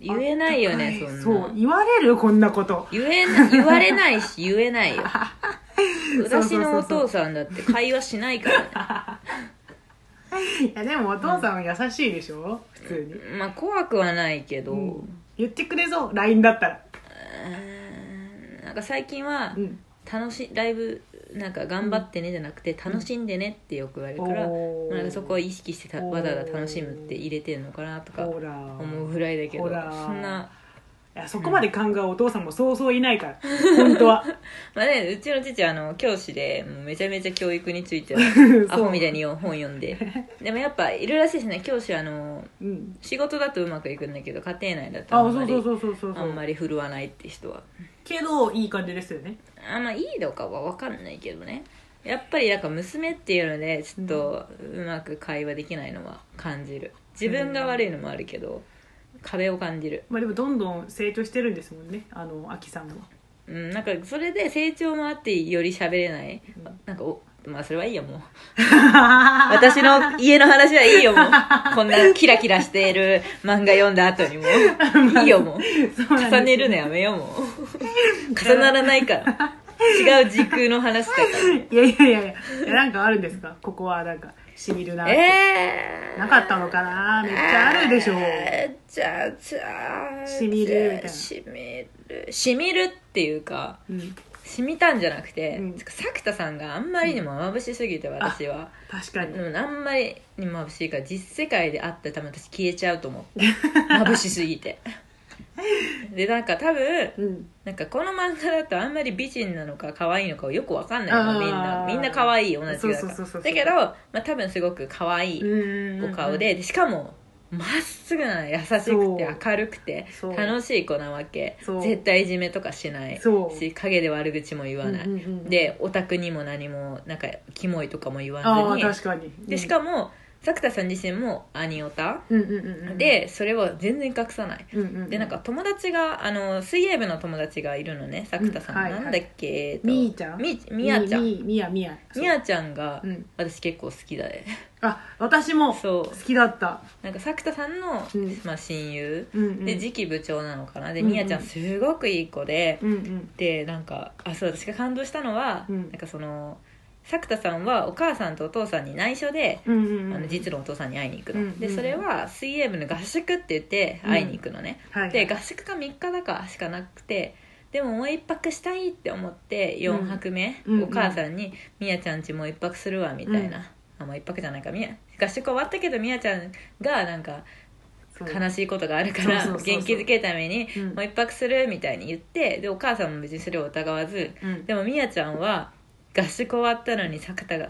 [SPEAKER 1] 言えないよね
[SPEAKER 2] あったかい
[SPEAKER 1] そんな
[SPEAKER 2] そう言われるこんなこと
[SPEAKER 1] 言えな言われないし言
[SPEAKER 2] <laughs>
[SPEAKER 1] えないよ
[SPEAKER 2] そう
[SPEAKER 1] 私のお父さんだって会話しないからね
[SPEAKER 2] いやでもお父さんは優しいでしょ、普通に、
[SPEAKER 1] まあ怖くはないけど、
[SPEAKER 2] うん言ってくれそう LINE だったら
[SPEAKER 1] うーんなんか最近は
[SPEAKER 2] うん
[SPEAKER 1] 楽しライブなんか頑張ってねじゃなくて楽しんでねってよく言われるから、
[SPEAKER 2] おー
[SPEAKER 1] なんかそこを意識してた
[SPEAKER 2] おー
[SPEAKER 1] わざわざ楽しむって入れてるのかなとか
[SPEAKER 2] ほら
[SPEAKER 1] 思うぐらいだけど
[SPEAKER 2] ほら
[SPEAKER 1] そんない
[SPEAKER 2] やそこまで考えお父さんもそうそういない
[SPEAKER 1] <laughs>
[SPEAKER 2] から本当は
[SPEAKER 1] まあね、うちの父あの教師でもうめちゃめちゃ教育について
[SPEAKER 2] <laughs> そう
[SPEAKER 1] アホみたいに本読んででもやっぱいるらしいですね教師はあの
[SPEAKER 2] うん
[SPEAKER 1] 仕事だとうまくいくんだけど家庭内だと
[SPEAKER 2] あ
[SPEAKER 1] あん
[SPEAKER 2] そ
[SPEAKER 1] ま
[SPEAKER 2] う
[SPEAKER 1] り
[SPEAKER 2] そうそうそうそうそ
[SPEAKER 1] あんま
[SPEAKER 2] う
[SPEAKER 1] り振るわないって人は
[SPEAKER 2] けどいい感じですよね
[SPEAKER 1] あんまいいのかは分かんないけどねやっぱりなんか娘っていうのでちょっとうまく会話できないのは感じる自分が悪いのもあるけど壁を感じる
[SPEAKER 2] まあでもどんどん成長してるんですもんねあのアキさんも
[SPEAKER 1] うんなんかそれで成長もあってより喋れない
[SPEAKER 2] うん
[SPEAKER 1] なんかおまあそれはいい
[SPEAKER 2] <laughs>
[SPEAKER 1] やもう私の家の話はいいよもうこんなキラキラしている漫画読ん
[SPEAKER 2] <laughs>
[SPEAKER 1] だ後にもういいよもう
[SPEAKER 2] そうなんです
[SPEAKER 1] 重ねるのやめようも
[SPEAKER 2] <laughs>
[SPEAKER 1] う重ならないから違う時空の話だか
[SPEAKER 2] いやいやいやいやえなんかあるんですかここはなんかしみるなっ <laughs>
[SPEAKER 1] ら
[SPEAKER 2] て
[SPEAKER 1] えー、
[SPEAKER 2] なかったのかなめっちゃあるでしょ
[SPEAKER 1] えーじゃあじゃあ
[SPEAKER 2] しみるみたいな
[SPEAKER 1] しみるしみるっていうか
[SPEAKER 2] うん
[SPEAKER 1] しみたんじゃなくて、
[SPEAKER 2] うん
[SPEAKER 1] 作田さんがあんまりにも眩しすぎて私は、
[SPEAKER 2] 確かに
[SPEAKER 1] でもあんまりにも眩しいから実世界で会ったら多分私消えちゃうと思
[SPEAKER 2] <laughs>
[SPEAKER 1] う眩しすぎてでなんか多分
[SPEAKER 2] うん
[SPEAKER 1] なんかこの漫画だとあんまり美人なのか可愛いのかよくわかんないの
[SPEAKER 2] あー
[SPEAKER 1] みんなみんな可愛い同じぐらい
[SPEAKER 2] そうそう
[SPEAKER 1] だか
[SPEAKER 2] そうそうそ
[SPEAKER 1] ら
[SPEAKER 2] う
[SPEAKER 1] だけど、まあ、多分すごく可愛いお顔で、でしかもまっすぐな優しくて明るくて
[SPEAKER 2] そう
[SPEAKER 1] 楽しい子なわけ
[SPEAKER 2] そう
[SPEAKER 1] 絶対いじめとかしない
[SPEAKER 2] そう
[SPEAKER 1] し陰で悪口も言わない、
[SPEAKER 2] うんうんうんうん
[SPEAKER 1] でオタクにも何もなんかキモいとかも言わず
[SPEAKER 2] ああ
[SPEAKER 1] に
[SPEAKER 2] 確かに
[SPEAKER 1] でしかも作田さん自身もアニオタ
[SPEAKER 2] うんうんうんうん、
[SPEAKER 1] でそれは全然隠さない
[SPEAKER 2] うんうんうん
[SPEAKER 1] でなんか友達があの水泳部の友達がいるのね作田さん、
[SPEAKER 2] うんはいはい
[SPEAKER 1] なんだっけえっと
[SPEAKER 2] みーちゃん
[SPEAKER 1] みみやちゃん
[SPEAKER 2] みみやみや
[SPEAKER 1] みやちゃんが、
[SPEAKER 2] うん
[SPEAKER 1] 私結構好きだね
[SPEAKER 2] あ私も好
[SPEAKER 1] <laughs> そう
[SPEAKER 2] きだった
[SPEAKER 1] なんか作田さんの、
[SPEAKER 2] うん
[SPEAKER 1] まあ、親友
[SPEAKER 2] うんうん
[SPEAKER 1] で次期部長なのかなで
[SPEAKER 2] うんうん
[SPEAKER 1] みやちゃんすごくいい子で、
[SPEAKER 2] うんうん
[SPEAKER 1] でなんかあそう私が感動したのは、
[SPEAKER 2] うん
[SPEAKER 1] なんかその作田さんはお母さんとお父さんに内緒で、
[SPEAKER 2] うんうん
[SPEAKER 1] あ
[SPEAKER 2] う
[SPEAKER 1] の
[SPEAKER 2] ん
[SPEAKER 1] 実のお父さんに会いに行くの、
[SPEAKER 2] うんうん
[SPEAKER 1] でそれは水泳部の合宿って言って会いに行くのね、
[SPEAKER 2] はい
[SPEAKER 1] で合宿が3日だかしかなくてでももう1泊したいって思って4泊目、
[SPEAKER 2] うん
[SPEAKER 1] お母さんに「みやちゃんちもう1泊するわ」みたいな、あもう1泊じゃないかみや合宿終わったけどみやちゃんがなんか
[SPEAKER 2] そう
[SPEAKER 1] 悲しいことがあるから
[SPEAKER 2] そうそうそう
[SPEAKER 1] 元
[SPEAKER 2] そう
[SPEAKER 1] 気づけるために
[SPEAKER 2] うん
[SPEAKER 1] もう1泊するみたいに言ってでお母さんも別にそれを疑わず
[SPEAKER 2] うん
[SPEAKER 1] でもみやちゃんは合宿終わったのに作田が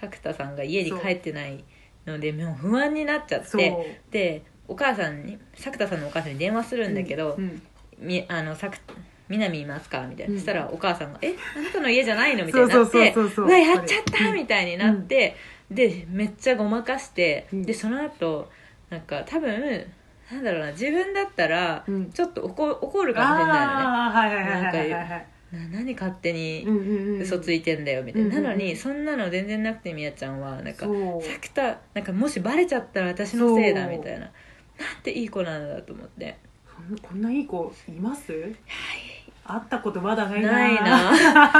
[SPEAKER 1] 作田さんが家に帰ってないのでもう不安になっちゃっ
[SPEAKER 2] そう
[SPEAKER 1] てでお母さんに作田さんのお母さんに電話するんだけど「
[SPEAKER 2] うん
[SPEAKER 1] みあの作南いますか?」みたいな、
[SPEAKER 2] うん
[SPEAKER 1] そしたらお母さんが「えあなたの家じゃないの?」みたいになっ
[SPEAKER 2] そう
[SPEAKER 1] て「
[SPEAKER 2] そうそうそうそう
[SPEAKER 1] わやっちゃっ
[SPEAKER 2] う
[SPEAKER 1] た!」
[SPEAKER 2] ん
[SPEAKER 1] みたいになって、でめっちゃごまかして、
[SPEAKER 2] うん
[SPEAKER 1] でその後なんか多分なんだろうな自分だったら
[SPEAKER 2] うん
[SPEAKER 1] ちょっと怒怒るかもしれないのね。
[SPEAKER 2] ああはいはいはいはいはいはい
[SPEAKER 1] な何勝手に
[SPEAKER 2] うんうんうん
[SPEAKER 1] 嘘ついてんだよみたいな、
[SPEAKER 2] うん
[SPEAKER 1] なの
[SPEAKER 2] うんう
[SPEAKER 1] に
[SPEAKER 2] ん
[SPEAKER 1] そんなの全然なくてみやちゃんはなんか
[SPEAKER 2] そう
[SPEAKER 1] 作田なんかもしバレちゃったら私のせいだ
[SPEAKER 2] そう
[SPEAKER 1] みたいななんていい子なんだと思って
[SPEAKER 2] こんこんないい子います会ったことまだないな
[SPEAKER 1] ないな
[SPEAKER 2] <laughs>
[SPEAKER 1] あ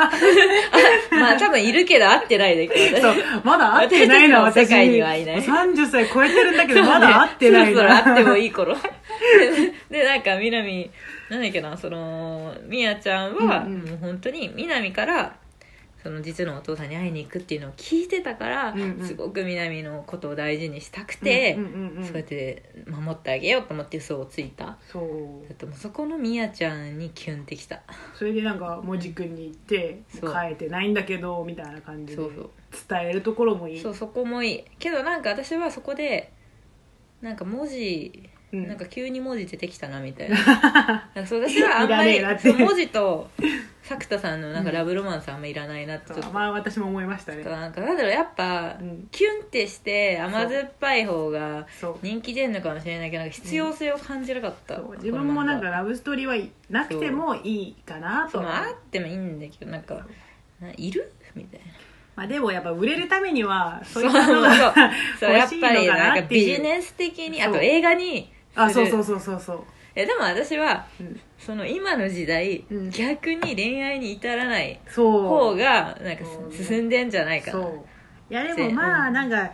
[SPEAKER 1] まあ多分いるけど会ってないだけど
[SPEAKER 2] そうまだ会ってない
[SPEAKER 1] <laughs>
[SPEAKER 2] な私
[SPEAKER 1] 私たちの世界にはいない
[SPEAKER 2] 30歳超えてるんだ
[SPEAKER 1] <laughs>
[SPEAKER 2] けどまだ会ってない
[SPEAKER 1] そろそろ会っても
[SPEAKER 2] い
[SPEAKER 1] いい頃 <laughs> ででなんか南なんだっけなそのみやちゃんは、
[SPEAKER 2] うんうん
[SPEAKER 1] もう本当に南からその実のお父さんに会いに行くっていうのを聞いてたから、
[SPEAKER 2] うんうん
[SPEAKER 1] すごく南のことを大事にしたくて、
[SPEAKER 2] うんうんうんうん
[SPEAKER 1] そうやって守ってあげようと思って嘘をついた
[SPEAKER 2] そう
[SPEAKER 1] だってもうそこのみやちゃんにキュンってきた
[SPEAKER 2] それでなんか文字くんに行って「
[SPEAKER 1] そう
[SPEAKER 2] 変えてないんだけど」みたいな感じで
[SPEAKER 1] そうそう
[SPEAKER 2] 伝えるところもいい
[SPEAKER 1] そうそこもいいけどなんか私はそこでなんか文字
[SPEAKER 2] うん
[SPEAKER 1] なんか急に文字出てきたなみたいななんかそう私はあんま
[SPEAKER 2] い
[SPEAKER 1] り
[SPEAKER 2] らねえなって
[SPEAKER 1] そう文字と作田さんのなんか
[SPEAKER 2] うん
[SPEAKER 1] ラブロマンスあんまいらないなってちょっと
[SPEAKER 2] そうまあ私も思いましたね
[SPEAKER 1] なんかなんだろうやっぱ、
[SPEAKER 2] うん
[SPEAKER 1] キュンってして甘酸っぱい方が
[SPEAKER 2] そう
[SPEAKER 1] 人気出るのかもしれないけどなんか必要性を感じなかった、
[SPEAKER 2] そう自分もなんかラブストーリーはいなくてもいいかなと
[SPEAKER 1] そうまああってもいいんだけどなんかないるみたいな
[SPEAKER 2] まあでもやっぱ売れるためにはそ
[SPEAKER 1] そうう
[SPEAKER 2] い
[SPEAKER 1] そうう
[SPEAKER 2] ものが
[SPEAKER 1] そうやっ
[SPEAKER 2] 欲
[SPEAKER 1] ぱり
[SPEAKER 2] しいのか
[SPEAKER 1] なん
[SPEAKER 2] な
[SPEAKER 1] か
[SPEAKER 2] って
[SPEAKER 1] ビ
[SPEAKER 2] いう
[SPEAKER 1] ジネス的に
[SPEAKER 2] そう
[SPEAKER 1] あと映画に
[SPEAKER 2] あそう
[SPEAKER 1] す
[SPEAKER 2] そ
[SPEAKER 1] る
[SPEAKER 2] うそうそうそう
[SPEAKER 1] えでも私は
[SPEAKER 2] うん
[SPEAKER 1] その今の時代、
[SPEAKER 2] うん
[SPEAKER 1] 逆に恋愛に至らない
[SPEAKER 2] そう
[SPEAKER 1] 方がなんか
[SPEAKER 2] そうね
[SPEAKER 1] 進んでんじゃないかな、
[SPEAKER 2] そういやでもまあ
[SPEAKER 1] うん
[SPEAKER 2] なんか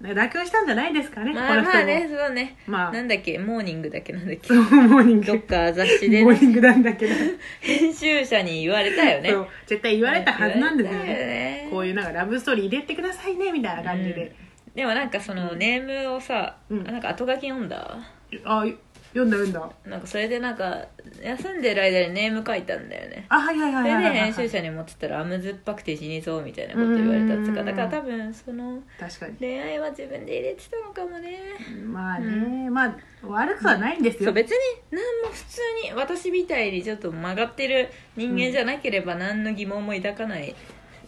[SPEAKER 2] 妥協したんじゃないですかね、
[SPEAKER 1] まあ
[SPEAKER 2] この人も
[SPEAKER 1] まあねそうね
[SPEAKER 2] まあ
[SPEAKER 1] なんだっけモーニングだっけなんだっけ
[SPEAKER 2] そう <laughs> モーニン
[SPEAKER 1] どっ
[SPEAKER 2] グ
[SPEAKER 1] か雑誌で
[SPEAKER 2] モーニングなんだけど、
[SPEAKER 1] 編集者に言われたよね
[SPEAKER 2] そう絶対言われたはずなんですよ
[SPEAKER 1] 言われた
[SPEAKER 2] ね
[SPEAKER 1] よね
[SPEAKER 2] こういうなんかラブストーリー入れてくださいねみたいな感じで、
[SPEAKER 1] でもなんかそのネームをさ、
[SPEAKER 2] うん
[SPEAKER 1] なんか後書き読んだ
[SPEAKER 2] あ読んだ読んだ
[SPEAKER 1] なんかそれでなんか休んでる間にネーム書いたんだよね
[SPEAKER 2] あはいはい
[SPEAKER 1] そ
[SPEAKER 2] はい
[SPEAKER 1] れ
[SPEAKER 2] はい
[SPEAKER 1] で
[SPEAKER 2] はい、はい、
[SPEAKER 1] 編集者に持ってたら甘酸っぱくて死にそうみたいなこと言われたっつうか
[SPEAKER 2] うん
[SPEAKER 1] だから多分その
[SPEAKER 2] 確かに
[SPEAKER 1] 恋愛は自分で入れてたのかもね
[SPEAKER 2] まあね、まあ悪くはないんです
[SPEAKER 1] そ
[SPEAKER 2] よ、
[SPEAKER 1] う別に何も普通に私みたいにちょっと曲がってる人間じゃなければ何の疑問も抱かない、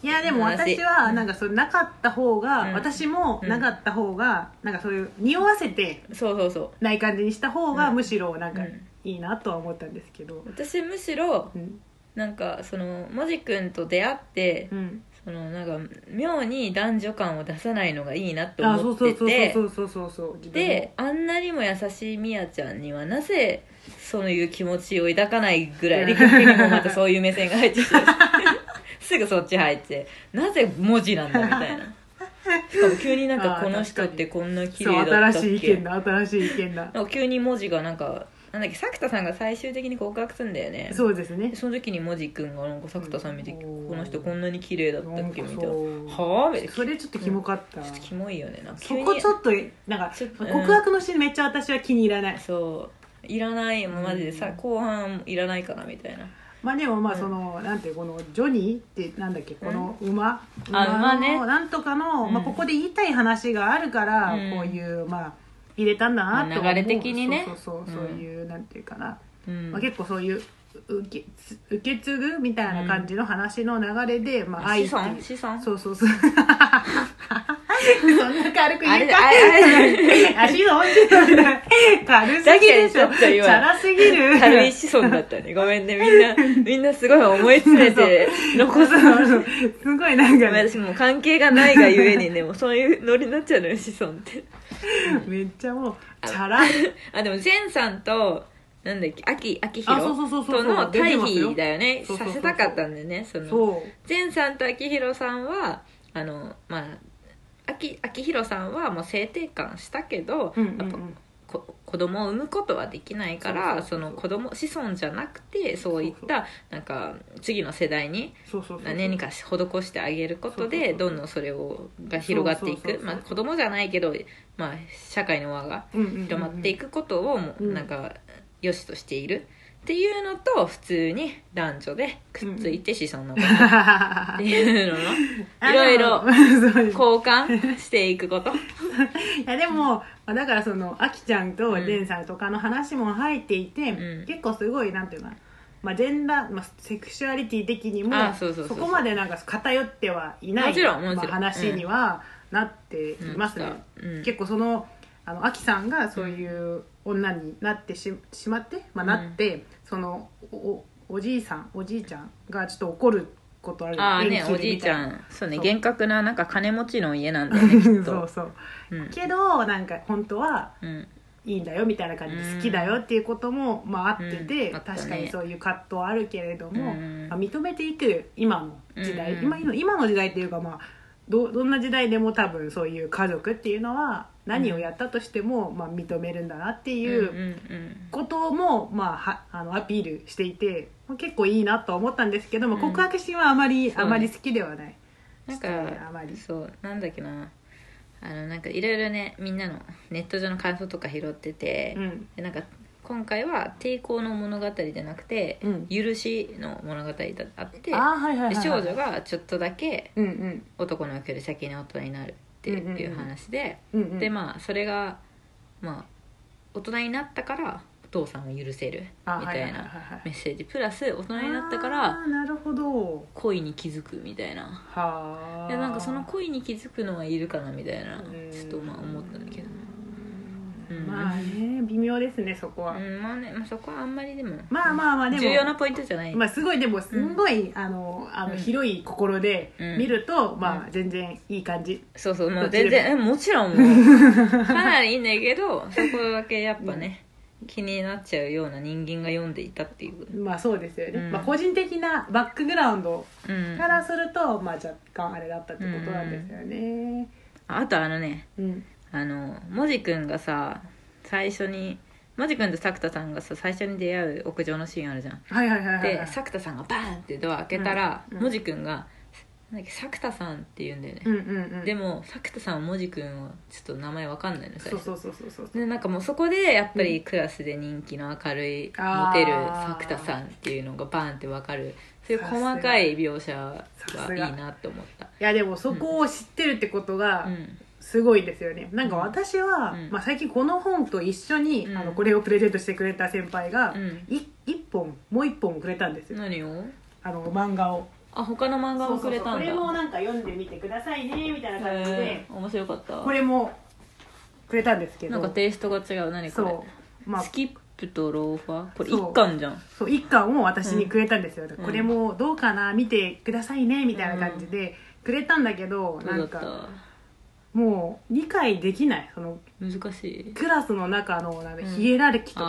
[SPEAKER 2] いやでも私はなんかそれなかった方が、
[SPEAKER 1] うん
[SPEAKER 2] 私もなかった方がなんかそういう匂わせて
[SPEAKER 1] そうそうそう
[SPEAKER 2] ない感じにした方が
[SPEAKER 1] うん
[SPEAKER 2] むしろなんか
[SPEAKER 1] うん
[SPEAKER 2] いいなとは思ったんですけど
[SPEAKER 1] 私むしろ
[SPEAKER 2] うん
[SPEAKER 1] なんかそのもじくんと出会って
[SPEAKER 2] うん
[SPEAKER 1] そのなんか妙に男女感を出さないのがいいなと
[SPEAKER 2] あそ
[SPEAKER 1] 思
[SPEAKER 2] う
[SPEAKER 1] っ
[SPEAKER 2] そ
[SPEAKER 1] て
[SPEAKER 2] うそうそうそ
[SPEAKER 1] て
[SPEAKER 2] うそうそう自分も
[SPEAKER 1] であんなにも優しいみやちゃんにはなぜそういう気持ちを抱かないぐらいで
[SPEAKER 2] うん
[SPEAKER 1] 逆にもまたそういう目線が入ってき
[SPEAKER 2] <laughs>
[SPEAKER 1] てすぐそっち入ってなぜ文字なんだみたいなしかも急になんか
[SPEAKER 2] あー
[SPEAKER 1] この人っ
[SPEAKER 2] 確か
[SPEAKER 1] てこんな綺
[SPEAKER 2] そう
[SPEAKER 1] 麗だ
[SPEAKER 2] 新
[SPEAKER 1] ったっ
[SPEAKER 2] しい意
[SPEAKER 1] け
[SPEAKER 2] 見だ新しい意見だ
[SPEAKER 1] なんか急に文字がなんかなんだっけ作田さんが最終的に告白するんだよね
[SPEAKER 2] そうですね
[SPEAKER 1] でその時にモジ君がなんか作田さん見て、
[SPEAKER 2] うん
[SPEAKER 1] この人こんなに綺麗だった
[SPEAKER 2] なん
[SPEAKER 1] っけ
[SPEAKER 2] か
[SPEAKER 1] みたいな
[SPEAKER 2] そう
[SPEAKER 1] はあみたいな
[SPEAKER 2] それちょっとキモかった、
[SPEAKER 1] ちょっとキモいよねなんか
[SPEAKER 2] そこちょっとなんか
[SPEAKER 1] ちょっと
[SPEAKER 2] 告
[SPEAKER 1] うん
[SPEAKER 2] 白のシーンめっちゃ私は気に入らない
[SPEAKER 1] そういらないもうマジでさ、
[SPEAKER 2] うん
[SPEAKER 1] 後半いらないかなみたいな
[SPEAKER 2] まあでもまあ
[SPEAKER 1] うん
[SPEAKER 2] その、なんていうこのジョニーってなんだっけこの馬、馬の
[SPEAKER 1] 馬ね
[SPEAKER 2] なんとかの、
[SPEAKER 1] うん
[SPEAKER 2] まあ、ここで言いたい話があるから、
[SPEAKER 1] うん
[SPEAKER 2] こういうまあ入れたんだなと思う、
[SPEAKER 1] まあ流れ的にね
[SPEAKER 2] そうそうそう
[SPEAKER 1] う
[SPEAKER 2] そ
[SPEAKER 1] ん
[SPEAKER 2] ういうなんていうかな、
[SPEAKER 1] うん、
[SPEAKER 2] まあ、結構そういう受けつ受け継ぐみたいな感じの話の流れで、まあ愛って
[SPEAKER 1] 資
[SPEAKER 2] いう <laughs>
[SPEAKER 1] 産資産
[SPEAKER 2] そうそうそうそんな軽く言
[SPEAKER 1] あれ
[SPEAKER 2] え
[SPEAKER 1] だあれあれ
[SPEAKER 2] た足
[SPEAKER 1] <laughs>
[SPEAKER 2] の落ちてる軽すぎでしょ
[SPEAKER 1] だけどちょっと
[SPEAKER 2] チ
[SPEAKER 1] 今
[SPEAKER 2] ャラすぎる
[SPEAKER 1] 軽い子孫だった
[SPEAKER 2] <laughs>
[SPEAKER 1] ねごめんねみんなみんなすごい思い詰めて残す
[SPEAKER 2] そうそうそうすごいなん
[SPEAKER 1] ご
[SPEAKER 2] か
[SPEAKER 1] めん
[SPEAKER 2] ね
[SPEAKER 1] 私もう関係がないがゆえにねもうそういうノリになっちゃうのよ子孫って
[SPEAKER 2] めっちゃもうチャラ
[SPEAKER 1] あでも善さんとなんだっけ秋秋
[SPEAKER 2] あそう
[SPEAKER 1] 広
[SPEAKER 2] そうそうそう
[SPEAKER 1] との対比
[SPEAKER 2] よ
[SPEAKER 1] だよね
[SPEAKER 2] そうそう
[SPEAKER 1] さ
[SPEAKER 2] そうそ
[SPEAKER 1] せ
[SPEAKER 2] う
[SPEAKER 1] たかったんだよねその
[SPEAKER 2] そ
[SPEAKER 1] 善さんと秋広さんはあのまあ秋秋広さんはもう性転換したけど、
[SPEAKER 2] ううんう
[SPEAKER 1] や
[SPEAKER 2] ん
[SPEAKER 1] っ
[SPEAKER 2] う
[SPEAKER 1] ぱ
[SPEAKER 2] ん
[SPEAKER 1] こ子供を産むことはできないから
[SPEAKER 2] そうそうそう
[SPEAKER 1] その子供子孫じゃなくてそういったなんか次の世代に
[SPEAKER 2] そうそうそう
[SPEAKER 1] 何か施してあげること
[SPEAKER 2] そうそう
[SPEAKER 1] で
[SPEAKER 2] そう
[SPEAKER 1] どんどんそれをが広がってい
[SPEAKER 2] そうそう
[SPEAKER 1] く
[SPEAKER 2] そう
[SPEAKER 1] まあ子供じゃないけど、まあ、社会の輪が広
[SPEAKER 2] 広
[SPEAKER 1] まっていくことをもう
[SPEAKER 2] うん
[SPEAKER 1] なんか良しとしているっていうのと普通に男女でくっついて子孫のことっていう
[SPEAKER 2] <laughs>
[SPEAKER 1] ののいろいろ
[SPEAKER 2] ろ
[SPEAKER 1] 交換していくこと。
[SPEAKER 2] いやでもまあだからそのあきちゃんとレンさんとかの話も入っていて、
[SPEAKER 1] うん
[SPEAKER 2] 結構すごいなんていうのかなまあ、ジェンダー、まあ、セクシュアリティ的にも
[SPEAKER 1] あそうそうそうそ
[SPEAKER 2] こ
[SPEAKER 1] う
[SPEAKER 2] までなんか偏ってはいない
[SPEAKER 1] もちろんもちろ
[SPEAKER 2] ま
[SPEAKER 1] ん
[SPEAKER 2] あ話にはなっていますね、
[SPEAKER 1] うん
[SPEAKER 2] 結構そのあのアキさんがそういう女になってししまって、まあ、
[SPEAKER 1] うん
[SPEAKER 2] なって、そのおおおじいさんおじいちゃんがちょっと怒ることある
[SPEAKER 1] ああ
[SPEAKER 2] 縁
[SPEAKER 1] ね
[SPEAKER 2] 切り
[SPEAKER 1] おじい
[SPEAKER 2] み
[SPEAKER 1] ち
[SPEAKER 2] た
[SPEAKER 1] ゃんそうね
[SPEAKER 2] そう
[SPEAKER 1] 厳格ななんか金持ちの家なんだ
[SPEAKER 2] <laughs>
[SPEAKER 1] ねきっと
[SPEAKER 2] そうそう
[SPEAKER 1] うん
[SPEAKER 2] けどなんか本当は
[SPEAKER 1] うん
[SPEAKER 2] いいんだよみたいな感じで好きだよっていうことも、まあ、あってて、
[SPEAKER 1] うんあったね
[SPEAKER 2] 確かにそういう葛藤はあるけれども、
[SPEAKER 1] うん
[SPEAKER 2] まあ、認めていく今の時代、
[SPEAKER 1] うん
[SPEAKER 2] 今の今の時代っていうかまあどどんな時代でも多分そういう家族っていうのは何をやったとしても、まあ、認めるんだなって
[SPEAKER 1] うん
[SPEAKER 2] いうううんことも、まあ、はあのアピールしていて、まあ、結構いいなとは思ったんですけども
[SPEAKER 1] うん
[SPEAKER 2] 告白シーンはあまり、
[SPEAKER 1] そうね
[SPEAKER 2] あまり好きではない。
[SPEAKER 1] なん
[SPEAKER 2] ちょっとね
[SPEAKER 1] か
[SPEAKER 2] あまり
[SPEAKER 1] そうなんだっけなあのなんかいろいろねみんなのネット上の感想とか拾ってて、
[SPEAKER 2] うん
[SPEAKER 1] でなんか今回は抵抗の物語じゃなくて、
[SPEAKER 2] うん
[SPEAKER 1] 許しの物語だあって
[SPEAKER 2] あーはいはいはいはい
[SPEAKER 1] で少女がちょっとだけ
[SPEAKER 2] うんうん
[SPEAKER 1] 男の役より先に大人になるっていう話で、
[SPEAKER 2] うんうん
[SPEAKER 1] でまあそれがまあ大人になったからお父さんを許せるみ
[SPEAKER 2] あは
[SPEAKER 1] た
[SPEAKER 2] はいはは
[SPEAKER 1] な
[SPEAKER 2] は
[SPEAKER 1] メッセージプラス大人になったか
[SPEAKER 2] あ
[SPEAKER 1] ら
[SPEAKER 2] ーなるほど
[SPEAKER 1] 恋に気づくみたいな
[SPEAKER 2] はあ
[SPEAKER 1] いやなんかその恋に気づくのはいるかなみたいな
[SPEAKER 2] うん
[SPEAKER 1] ちょっとまあ思ったんだけど、うん
[SPEAKER 2] まあね微妙ですねそこは、
[SPEAKER 1] うん、まあね、まあ、そこはあんまりでも
[SPEAKER 2] まあまあまあでも
[SPEAKER 1] 重要なポイントじゃない、
[SPEAKER 2] まあすごいでもすんごい、あのあの、
[SPEAKER 1] うん
[SPEAKER 2] 広い心で
[SPEAKER 1] うん
[SPEAKER 2] 見ると、まあ
[SPEAKER 1] う
[SPEAKER 2] 全然いい感じ、
[SPEAKER 1] そうそうまあ
[SPEAKER 2] どっちで
[SPEAKER 1] 全
[SPEAKER 2] も
[SPEAKER 1] 然えもちろんもう
[SPEAKER 2] <laughs>
[SPEAKER 1] かなりいいんだけどそこだけやっぱね、気になっちゃうような人間が読んでいたっていう、
[SPEAKER 2] まあそうですよね、
[SPEAKER 1] うん
[SPEAKER 2] まあ個人的なバックグラウンド
[SPEAKER 1] うん
[SPEAKER 2] か、らすると、まあ若干あれだったってことなんですよね
[SPEAKER 1] あとあのね
[SPEAKER 2] うん
[SPEAKER 1] あのもじくんがさ最初にもじくんと作田さんがさ最初に出会う屋上のシーンあるじゃん
[SPEAKER 2] はいはいはいはい
[SPEAKER 1] で
[SPEAKER 2] はい
[SPEAKER 1] 作田さんがバーンってドア開けたら、
[SPEAKER 2] うんうん
[SPEAKER 1] もじくんが「なんだっけ作田さん」って言うんだよね、
[SPEAKER 2] うんうんうん
[SPEAKER 1] でも作田さんはもじくんはちょっと名前わかんないの最
[SPEAKER 2] そう
[SPEAKER 1] 初
[SPEAKER 2] そうそうそうそう
[SPEAKER 1] でなんかもうそこでやっぱりクラスで人気の明るい、
[SPEAKER 2] あー
[SPEAKER 1] モテる作田さんっていうのがバーンってわかるそういう細かい描写はいいなと思った
[SPEAKER 2] いやでもそこを知ってるってことが、
[SPEAKER 1] うん
[SPEAKER 2] すごいですよねなんか私は、
[SPEAKER 1] うん
[SPEAKER 2] まあ、最近この本と一緒に、
[SPEAKER 1] うん
[SPEAKER 2] あのこれをプレゼントしてくれた先輩が、
[SPEAKER 1] うん
[SPEAKER 2] い一本もう一本くれたんですよ、
[SPEAKER 1] 何を
[SPEAKER 2] あの漫画を
[SPEAKER 1] あ他の漫画をくれたんだ
[SPEAKER 2] そうそうそうこれもなんか読んでみてくださいねみたいな感じで
[SPEAKER 1] へー面白かった
[SPEAKER 2] これもくれたんですけど
[SPEAKER 1] なんかテイストが違う何これ
[SPEAKER 2] そう,、まあ
[SPEAKER 1] ス、キップとローファーこれ
[SPEAKER 2] そう
[SPEAKER 1] 一巻じゃん
[SPEAKER 2] そう一巻を私にくれたんですよ、
[SPEAKER 1] ん
[SPEAKER 2] これもどうかな見てくださいねみたいな感じでくれたんだけど、
[SPEAKER 1] ど
[SPEAKER 2] な
[SPEAKER 1] うんだっ
[SPEAKER 2] か
[SPEAKER 1] た
[SPEAKER 2] もう理解できないその
[SPEAKER 1] 難しい
[SPEAKER 2] クラスの中のなんか
[SPEAKER 1] うん
[SPEAKER 2] ヒエラルキーとか、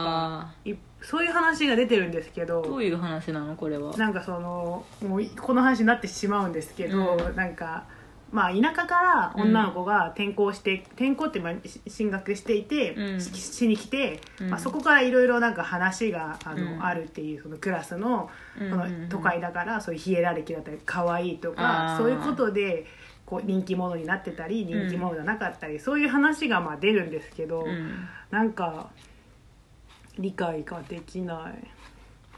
[SPEAKER 1] あ
[SPEAKER 2] いそういう話が出てるんですけ
[SPEAKER 1] あど
[SPEAKER 2] ど
[SPEAKER 1] ういう話なのこれは
[SPEAKER 2] なんかそのもういこの話になってしまうんですけど、
[SPEAKER 1] う
[SPEAKER 2] なんか、まあ、田舎から女の子が転校して、転校ってまあし進学していて、
[SPEAKER 1] うん
[SPEAKER 2] ししに来て、
[SPEAKER 1] うん
[SPEAKER 2] まあ、そこからいろいろなんか話があの、
[SPEAKER 1] うん
[SPEAKER 2] あるっていうそのクラスの
[SPEAKER 1] うん
[SPEAKER 2] その都会だからそういうヒエラルキーだったり可愛いとか
[SPEAKER 1] あー
[SPEAKER 2] そういうことで。こう人気者になってたり人気者じゃなかったり、そういう話がまあ出るんですけど、
[SPEAKER 1] うん
[SPEAKER 2] なんか理解ができない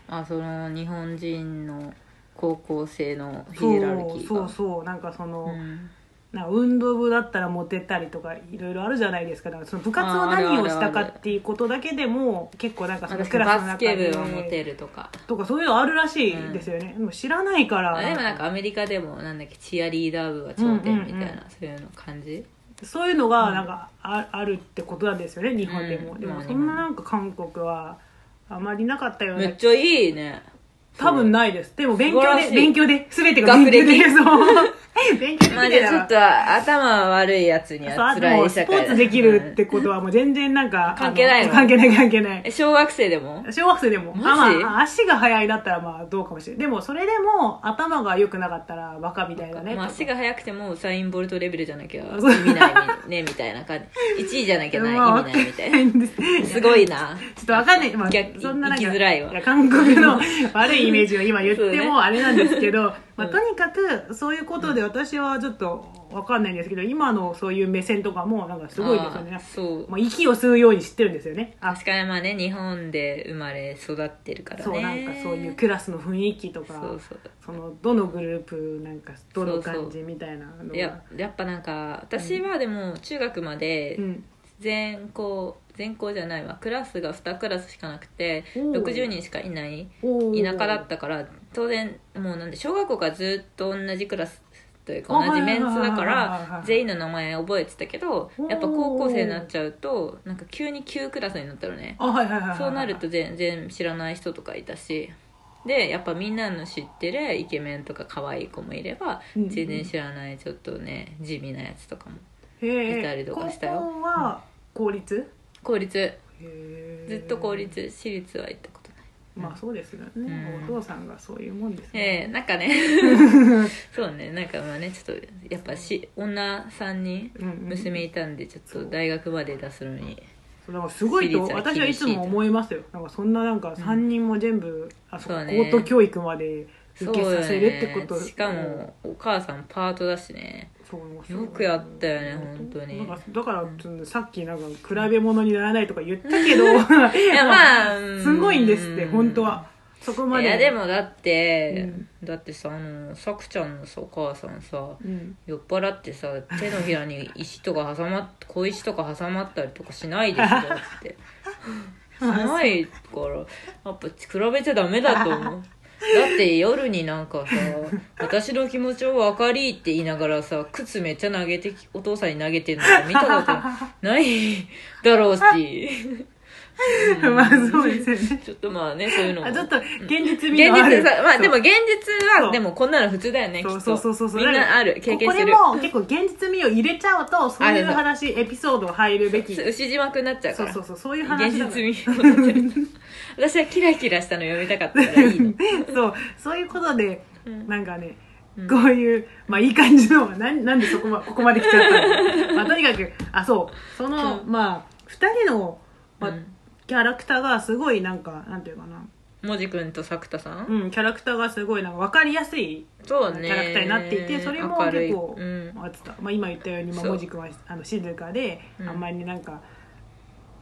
[SPEAKER 1] あその日本人の高校生のヒエラルキーが
[SPEAKER 2] そうそうそうなんかその、
[SPEAKER 1] うん
[SPEAKER 2] なんか運動部だったらモテたりとかいろいろあるじゃないですかだからその部活を
[SPEAKER 1] あーあるあ
[SPEAKER 2] 何
[SPEAKER 1] る
[SPEAKER 2] をしたかっていうことだけでも結構なんかその
[SPEAKER 1] 私
[SPEAKER 2] クラスの中
[SPEAKER 1] バスケ
[SPEAKER 2] で
[SPEAKER 1] 部はモテるとか
[SPEAKER 2] とかそういうのあるらしいですよね、でも知らないから
[SPEAKER 1] あでもなんかアメリカでもなんだっけチアリーダー部は頂点みたい
[SPEAKER 2] うんう
[SPEAKER 1] な、
[SPEAKER 2] ん
[SPEAKER 1] そういうの感じ
[SPEAKER 2] そういうのがなんかああるってことなんですよね日本でも、
[SPEAKER 1] うん
[SPEAKER 2] で
[SPEAKER 1] ま
[SPEAKER 2] も
[SPEAKER 1] あ
[SPEAKER 2] そんななんか韓国はあまりなかったよう
[SPEAKER 1] め
[SPEAKER 2] な
[SPEAKER 1] っちゃいいね
[SPEAKER 2] 多分ないですでも勉強
[SPEAKER 1] 素晴ら
[SPEAKER 2] で
[SPEAKER 1] しい
[SPEAKER 2] 勉強で全てが勉強で
[SPEAKER 1] 学歴
[SPEAKER 2] そう <laughs> 勉強で
[SPEAKER 1] まあじゃあちょっと頭悪いやつに
[SPEAKER 2] そう
[SPEAKER 1] は
[SPEAKER 2] あと
[SPEAKER 1] 辛
[SPEAKER 2] もう
[SPEAKER 1] い
[SPEAKER 2] ス
[SPEAKER 1] 社
[SPEAKER 2] ポ
[SPEAKER 1] 会だ
[SPEAKER 2] ーツできるってことはもう全然なんか
[SPEAKER 1] 関係ないの
[SPEAKER 2] あの関係ない関係ない
[SPEAKER 1] え小学生でも
[SPEAKER 2] 小学生でも
[SPEAKER 1] マジ
[SPEAKER 2] あ、まあ、足が速いだったらまあどうかもしれないでもそれでも頭が良くなかったらバカみたいだね
[SPEAKER 1] まあ、足
[SPEAKER 2] が
[SPEAKER 1] が速くてもウサイン・ボルトレベルじゃなきゃ意
[SPEAKER 2] そう
[SPEAKER 1] 味ないねみたいな感
[SPEAKER 2] <laughs>
[SPEAKER 1] じ1位じゃなきゃない意味ないみたいなすご
[SPEAKER 2] い
[SPEAKER 1] いな
[SPEAKER 2] ちょっとわかんない、まあ
[SPEAKER 1] 逆、
[SPEAKER 2] そんななんか
[SPEAKER 1] 生きづらいわ
[SPEAKER 2] や韓国の悪いイメージを今言っ
[SPEAKER 1] そう
[SPEAKER 2] て
[SPEAKER 1] ね
[SPEAKER 2] もあれなんですけど、まあ、
[SPEAKER 1] うん
[SPEAKER 2] とにかくそういうことで私はちょっとわかんないんですけど今のそういう目線とかもなんかすごいですよ
[SPEAKER 1] あー
[SPEAKER 2] ね
[SPEAKER 1] そう
[SPEAKER 2] もう息を吸うように知ってるんですよねあ
[SPEAKER 1] 確かにまあね日本で生まれ育ってるからね
[SPEAKER 2] そうなんかそういうクラスの雰囲気とか
[SPEAKER 1] そうそう
[SPEAKER 2] そのどのグループなんかどの感
[SPEAKER 1] そうそ
[SPEAKER 2] じみたいなのが
[SPEAKER 1] いややっぱなんか私はでも中学まで
[SPEAKER 2] うん、
[SPEAKER 1] 全校全校じゃないわクラスが2クラスしかなくて
[SPEAKER 2] おー
[SPEAKER 1] 60人しかいない
[SPEAKER 2] おー
[SPEAKER 1] 田舎だったから当然もうなんで小学校からずっと同じクラスというか
[SPEAKER 2] あ
[SPEAKER 1] 同じメンツだか
[SPEAKER 2] はいはいはいはいは
[SPEAKER 1] ら
[SPEAKER 2] い
[SPEAKER 1] 全員の名前覚えてたけど
[SPEAKER 2] おー
[SPEAKER 1] やっぱ高校生になっちゃうとなんか急に9クラスになったのね
[SPEAKER 2] あはいはいはいはい
[SPEAKER 1] そうなると全然知らない人とかいたしでやっぱみんなの知ってるイケメンとか可愛い子もいれば
[SPEAKER 2] うん
[SPEAKER 1] 全然知らないちょっとね地味なやつとかも
[SPEAKER 2] へえ
[SPEAKER 1] いたりとかしたよ
[SPEAKER 2] 高校は公立、
[SPEAKER 1] 公立
[SPEAKER 2] へえ
[SPEAKER 1] ずっと公立私立は行ったことない
[SPEAKER 2] まあそうですよね、
[SPEAKER 1] ん
[SPEAKER 2] お父さんがそういうもんですね、
[SPEAKER 1] ええなんかねそうねなんかまあねちょっとやっぱし女さんに
[SPEAKER 2] うんうん
[SPEAKER 1] 娘いたんでちょっと大学まで出すのに
[SPEAKER 2] なんかすごいと
[SPEAKER 1] 私立は厳しい
[SPEAKER 2] 私はいつも思いますよなんかそんななんか3人も全部、あそ
[SPEAKER 1] そう
[SPEAKER 2] う
[SPEAKER 1] ね
[SPEAKER 2] 高等教育まで受けさせるってこと
[SPEAKER 1] そうよねしかもお母さんパートだしね
[SPEAKER 2] そう
[SPEAKER 1] よくやったよね本当に
[SPEAKER 2] なんかだからちょっとさっきなんか比べ物にならないとか言ったけど <laughs> い
[SPEAKER 1] いやまあ
[SPEAKER 2] すごいんですって
[SPEAKER 1] うん
[SPEAKER 2] 本当はそこま
[SPEAKER 1] い
[SPEAKER 2] で
[SPEAKER 1] やでもだって、
[SPEAKER 2] う
[SPEAKER 1] だってさあのさくちゃんのさお母さんさ
[SPEAKER 2] うん
[SPEAKER 1] 酔っ払って
[SPEAKER 2] <laughs>
[SPEAKER 1] さ手のひらに石とか挟まっ小石とか挟まったりとかしないですよって
[SPEAKER 2] <laughs>
[SPEAKER 1] しないからやっぱ比べちゃダメだと思うだって夜になんかさ「私の気持ちを分かり」って言いながらさ靴めっちゃ投げてきお父さんに投げてるの見たことないだろ
[SPEAKER 2] <laughs>
[SPEAKER 1] うし
[SPEAKER 2] まあそうですよね
[SPEAKER 1] ちょっとまあねそういうのも
[SPEAKER 2] あちょっと現実味
[SPEAKER 1] 現
[SPEAKER 2] がある
[SPEAKER 1] 実さまあ
[SPEAKER 2] そう
[SPEAKER 1] でも現実
[SPEAKER 2] そう
[SPEAKER 1] はでもこんなの普通だよねきっ
[SPEAKER 2] そ
[SPEAKER 1] と
[SPEAKER 2] うそうそうそうそう
[SPEAKER 1] みんなある経験してる
[SPEAKER 2] ここでも結構現実味を入れちゃうとそういう
[SPEAKER 1] あ
[SPEAKER 2] 話エピソード入るべきそう
[SPEAKER 1] 牛島くんになっちゃうか
[SPEAKER 2] そう
[SPEAKER 1] ら
[SPEAKER 2] そうそういう
[SPEAKER 1] 現
[SPEAKER 2] 話だから
[SPEAKER 1] 実味を持ってる私はキラキラしたの読みたかったからいい <laughs> ね、
[SPEAKER 2] <laughs> そうそういうことで
[SPEAKER 1] うん
[SPEAKER 2] なんかね
[SPEAKER 1] うん
[SPEAKER 2] こういう、まあいい感じの、なんなんでそこま、ここまで来ちゃ
[SPEAKER 1] <laughs>
[SPEAKER 2] ったのまあとにかく、あ、そう、その、
[SPEAKER 1] うん
[SPEAKER 2] まあ、二人の、まあ
[SPEAKER 1] うん
[SPEAKER 2] キャラクターがすごいなんか、なんていうかな、
[SPEAKER 1] もじくんとさくたさん、
[SPEAKER 2] うん、キャラクターがすごいなんか分かりやすい
[SPEAKER 1] そう
[SPEAKER 2] キ
[SPEAKER 1] ね
[SPEAKER 2] ャラクターになっていて、それも
[SPEAKER 1] 明るい
[SPEAKER 2] 結構、
[SPEAKER 1] うん
[SPEAKER 2] あつったまあ、今言ったように、まあ、
[SPEAKER 1] そう
[SPEAKER 2] もじくんはあの静かで、
[SPEAKER 1] うん
[SPEAKER 2] あんまりなんか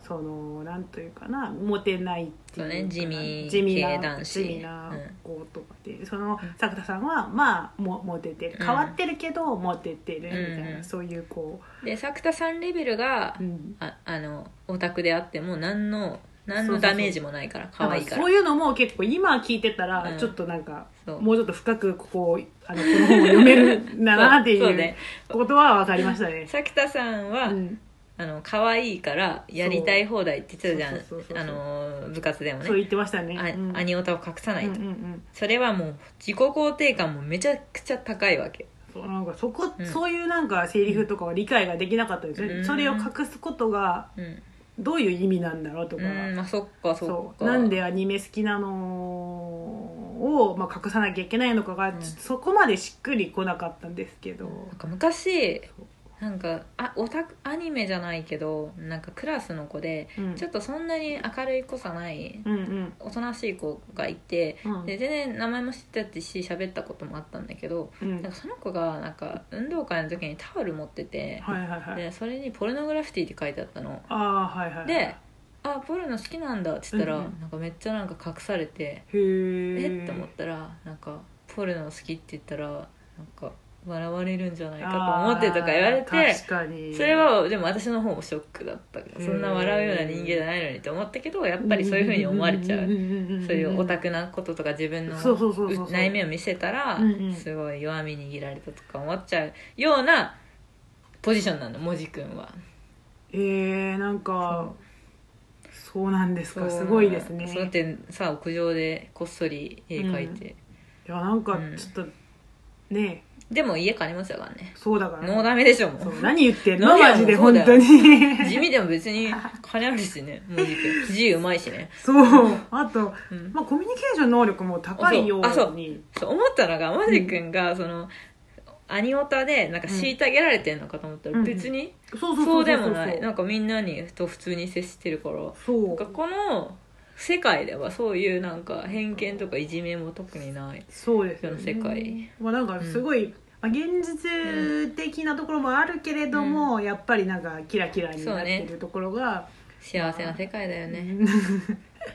[SPEAKER 2] そのなんというかなモテないっていうかな
[SPEAKER 1] そうね地味
[SPEAKER 2] 地味な
[SPEAKER 1] 系男子
[SPEAKER 2] 地味な子とかで、その
[SPEAKER 1] うん
[SPEAKER 2] 作田さんはまあもモテてる
[SPEAKER 1] うん
[SPEAKER 2] 変わってるけど、モテてるみたいな、
[SPEAKER 1] うん
[SPEAKER 2] そういうこ
[SPEAKER 1] でさくたさんレベルが
[SPEAKER 2] う、うん、
[SPEAKER 1] ああのオタクであっても何の何のダメージもないから可愛いから
[SPEAKER 2] そういうのも結構今聞いてたら、
[SPEAKER 1] うん
[SPEAKER 2] ちょっとなんか
[SPEAKER 1] そう
[SPEAKER 2] もうちょっと深くここをあのこの本を読めるんだなってい
[SPEAKER 1] そう
[SPEAKER 2] う
[SPEAKER 1] そうね
[SPEAKER 2] ことは分かりましたね。
[SPEAKER 1] さくたさんは、
[SPEAKER 2] うん
[SPEAKER 1] あの可愛いからやりたい放題って言ってたじ
[SPEAKER 2] そうそうそうそう
[SPEAKER 1] ゃんあの部活でも
[SPEAKER 2] そう
[SPEAKER 1] ね
[SPEAKER 2] 言ってましたね。
[SPEAKER 1] あ
[SPEAKER 2] うん
[SPEAKER 1] アニオタを隠さない
[SPEAKER 2] う
[SPEAKER 1] と、
[SPEAKER 2] んうんうん、
[SPEAKER 1] それはもう自己肯定感もめちゃくちゃ高いわけ
[SPEAKER 2] そうなんかそこ、
[SPEAKER 1] うん
[SPEAKER 2] そういうなんかセリフとかは理解ができなかったですね、
[SPEAKER 1] うん
[SPEAKER 2] それを隠すことが
[SPEAKER 1] うん、
[SPEAKER 2] どういう意味なんだろうと
[SPEAKER 1] う
[SPEAKER 2] か、
[SPEAKER 1] んまあ、そっかそっか
[SPEAKER 2] そうなんでアニメ好きなのを、まあ、隠さなきゃいけないのかが、
[SPEAKER 1] ん
[SPEAKER 2] ちょっとそこまでしっくりこなかったんですけど、
[SPEAKER 1] なんか昔
[SPEAKER 2] そう
[SPEAKER 1] なんかあオタクアニメじゃないけどなんかクラスの子で
[SPEAKER 2] うん
[SPEAKER 1] ちょっとそんなに明るい子じゃない
[SPEAKER 2] うんうん
[SPEAKER 1] おとなしい子がいて
[SPEAKER 2] うん
[SPEAKER 1] で全然名前も知ってたし喋ったこともあったんだけど
[SPEAKER 2] うん
[SPEAKER 1] なんかその子がなんか運動会の時にタオル持ってて
[SPEAKER 2] はいはいはい
[SPEAKER 1] でそれに「ポルノグラフィティ」って書いてあったの
[SPEAKER 2] ああはいはい
[SPEAKER 1] で「あポルノ好きなんだ」って言ったら
[SPEAKER 2] うんうん
[SPEAKER 1] なんかめっちゃなんか隠されて
[SPEAKER 2] へ
[SPEAKER 1] え
[SPEAKER 2] え
[SPEAKER 1] っと思ったらなんかポルノ好きって言ったらなんか笑われるんじゃないかと
[SPEAKER 2] あー
[SPEAKER 1] 思ってとか言われて
[SPEAKER 2] 確かに
[SPEAKER 1] それはでも私の方もショックだった
[SPEAKER 2] へー
[SPEAKER 1] そんな笑うような人間じゃないのにと思ったけどやっぱりそういうふうに思われちゃうそういうオタ
[SPEAKER 2] ク
[SPEAKER 1] クなこととか自分の
[SPEAKER 2] そうそうそうそうそう
[SPEAKER 1] 内面を見せたら
[SPEAKER 2] うんうん
[SPEAKER 1] すごい弱み握られたとか思っちゃうようなポジションなのもじくんは
[SPEAKER 2] えー、なんかそうなんです
[SPEAKER 1] そう
[SPEAKER 2] かすごいですね
[SPEAKER 1] そうやってさ屋上でこっそり絵描いて、
[SPEAKER 2] いやなんか
[SPEAKER 1] うん
[SPEAKER 2] ちょっと、ね
[SPEAKER 1] でも家借りましたからね
[SPEAKER 2] そうだから
[SPEAKER 1] もうダメでしょも
[SPEAKER 2] そうう何言ってんの
[SPEAKER 1] 何や
[SPEAKER 2] マジで
[SPEAKER 1] もうそう
[SPEAKER 2] 本
[SPEAKER 1] だよ
[SPEAKER 2] 当に
[SPEAKER 1] 地味でも
[SPEAKER 2] <laughs>
[SPEAKER 1] 別に金あるしねもじくん字うまいしね、
[SPEAKER 2] そうあと、
[SPEAKER 1] うん
[SPEAKER 2] まあ、コミュニケーション能力も高いよ
[SPEAKER 1] あそうあそう
[SPEAKER 2] に
[SPEAKER 1] そう思ったのがマジ君がその、アニオタでなんか虐げられてんのかと思ったら
[SPEAKER 2] うん
[SPEAKER 1] 別に
[SPEAKER 2] そうそうそ
[SPEAKER 1] そうう
[SPEAKER 2] そ
[SPEAKER 1] で
[SPEAKER 2] うそ
[SPEAKER 1] も
[SPEAKER 2] う
[SPEAKER 1] ないなんかみんなにと普通に接してるから
[SPEAKER 2] そう
[SPEAKER 1] なんかこの世界ではそういうなんか偏見とかいじめも特にない
[SPEAKER 2] そうですよね
[SPEAKER 1] 世の世界
[SPEAKER 2] まあ、なんかすごい、まあ、現実的なところもあるけれども、やっぱりなんかキラキラになってるところが、
[SPEAKER 1] 幸せな世界だよね、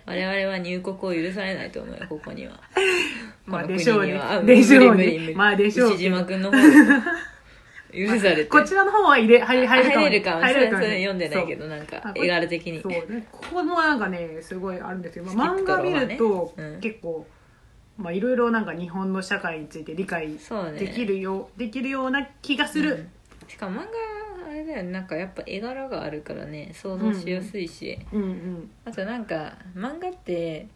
[SPEAKER 1] 我々は入国を許されないと思うよここには
[SPEAKER 2] <laughs> まあ
[SPEAKER 1] この
[SPEAKER 2] でしょう
[SPEAKER 1] 国
[SPEAKER 2] ね
[SPEAKER 1] にはあ
[SPEAKER 2] でしょう
[SPEAKER 1] 無理無理無
[SPEAKER 2] ね
[SPEAKER 1] 理
[SPEAKER 2] まあでしょう
[SPEAKER 1] 牛
[SPEAKER 2] けど
[SPEAKER 1] 島君の方が許されて
[SPEAKER 2] こちらの方は入れ入れ入れるかも
[SPEAKER 1] 入れるかも
[SPEAKER 2] 入
[SPEAKER 1] そ
[SPEAKER 2] れ
[SPEAKER 1] れ
[SPEAKER 2] るか
[SPEAKER 1] そ
[SPEAKER 2] も
[SPEAKER 1] れ読んでないけどなん
[SPEAKER 2] あ
[SPEAKER 1] か
[SPEAKER 2] これ
[SPEAKER 1] 絵柄的に
[SPEAKER 2] そうそうねここもなんかねすごいあるんですけど、まあ
[SPEAKER 1] スキ
[SPEAKER 2] 漫
[SPEAKER 1] ップと
[SPEAKER 2] 画
[SPEAKER 1] か
[SPEAKER 2] 見
[SPEAKER 1] はね
[SPEAKER 2] ると
[SPEAKER 1] うん
[SPEAKER 2] 結構、まあ、いろいろなんか日本の社会について理解
[SPEAKER 1] そうね
[SPEAKER 2] できるよ、できるような気がする、
[SPEAKER 1] うんしかも漫画あれだよねなんかやっぱ絵柄があるからね想像しやすいし、
[SPEAKER 2] うんうん
[SPEAKER 1] あとなんか漫画って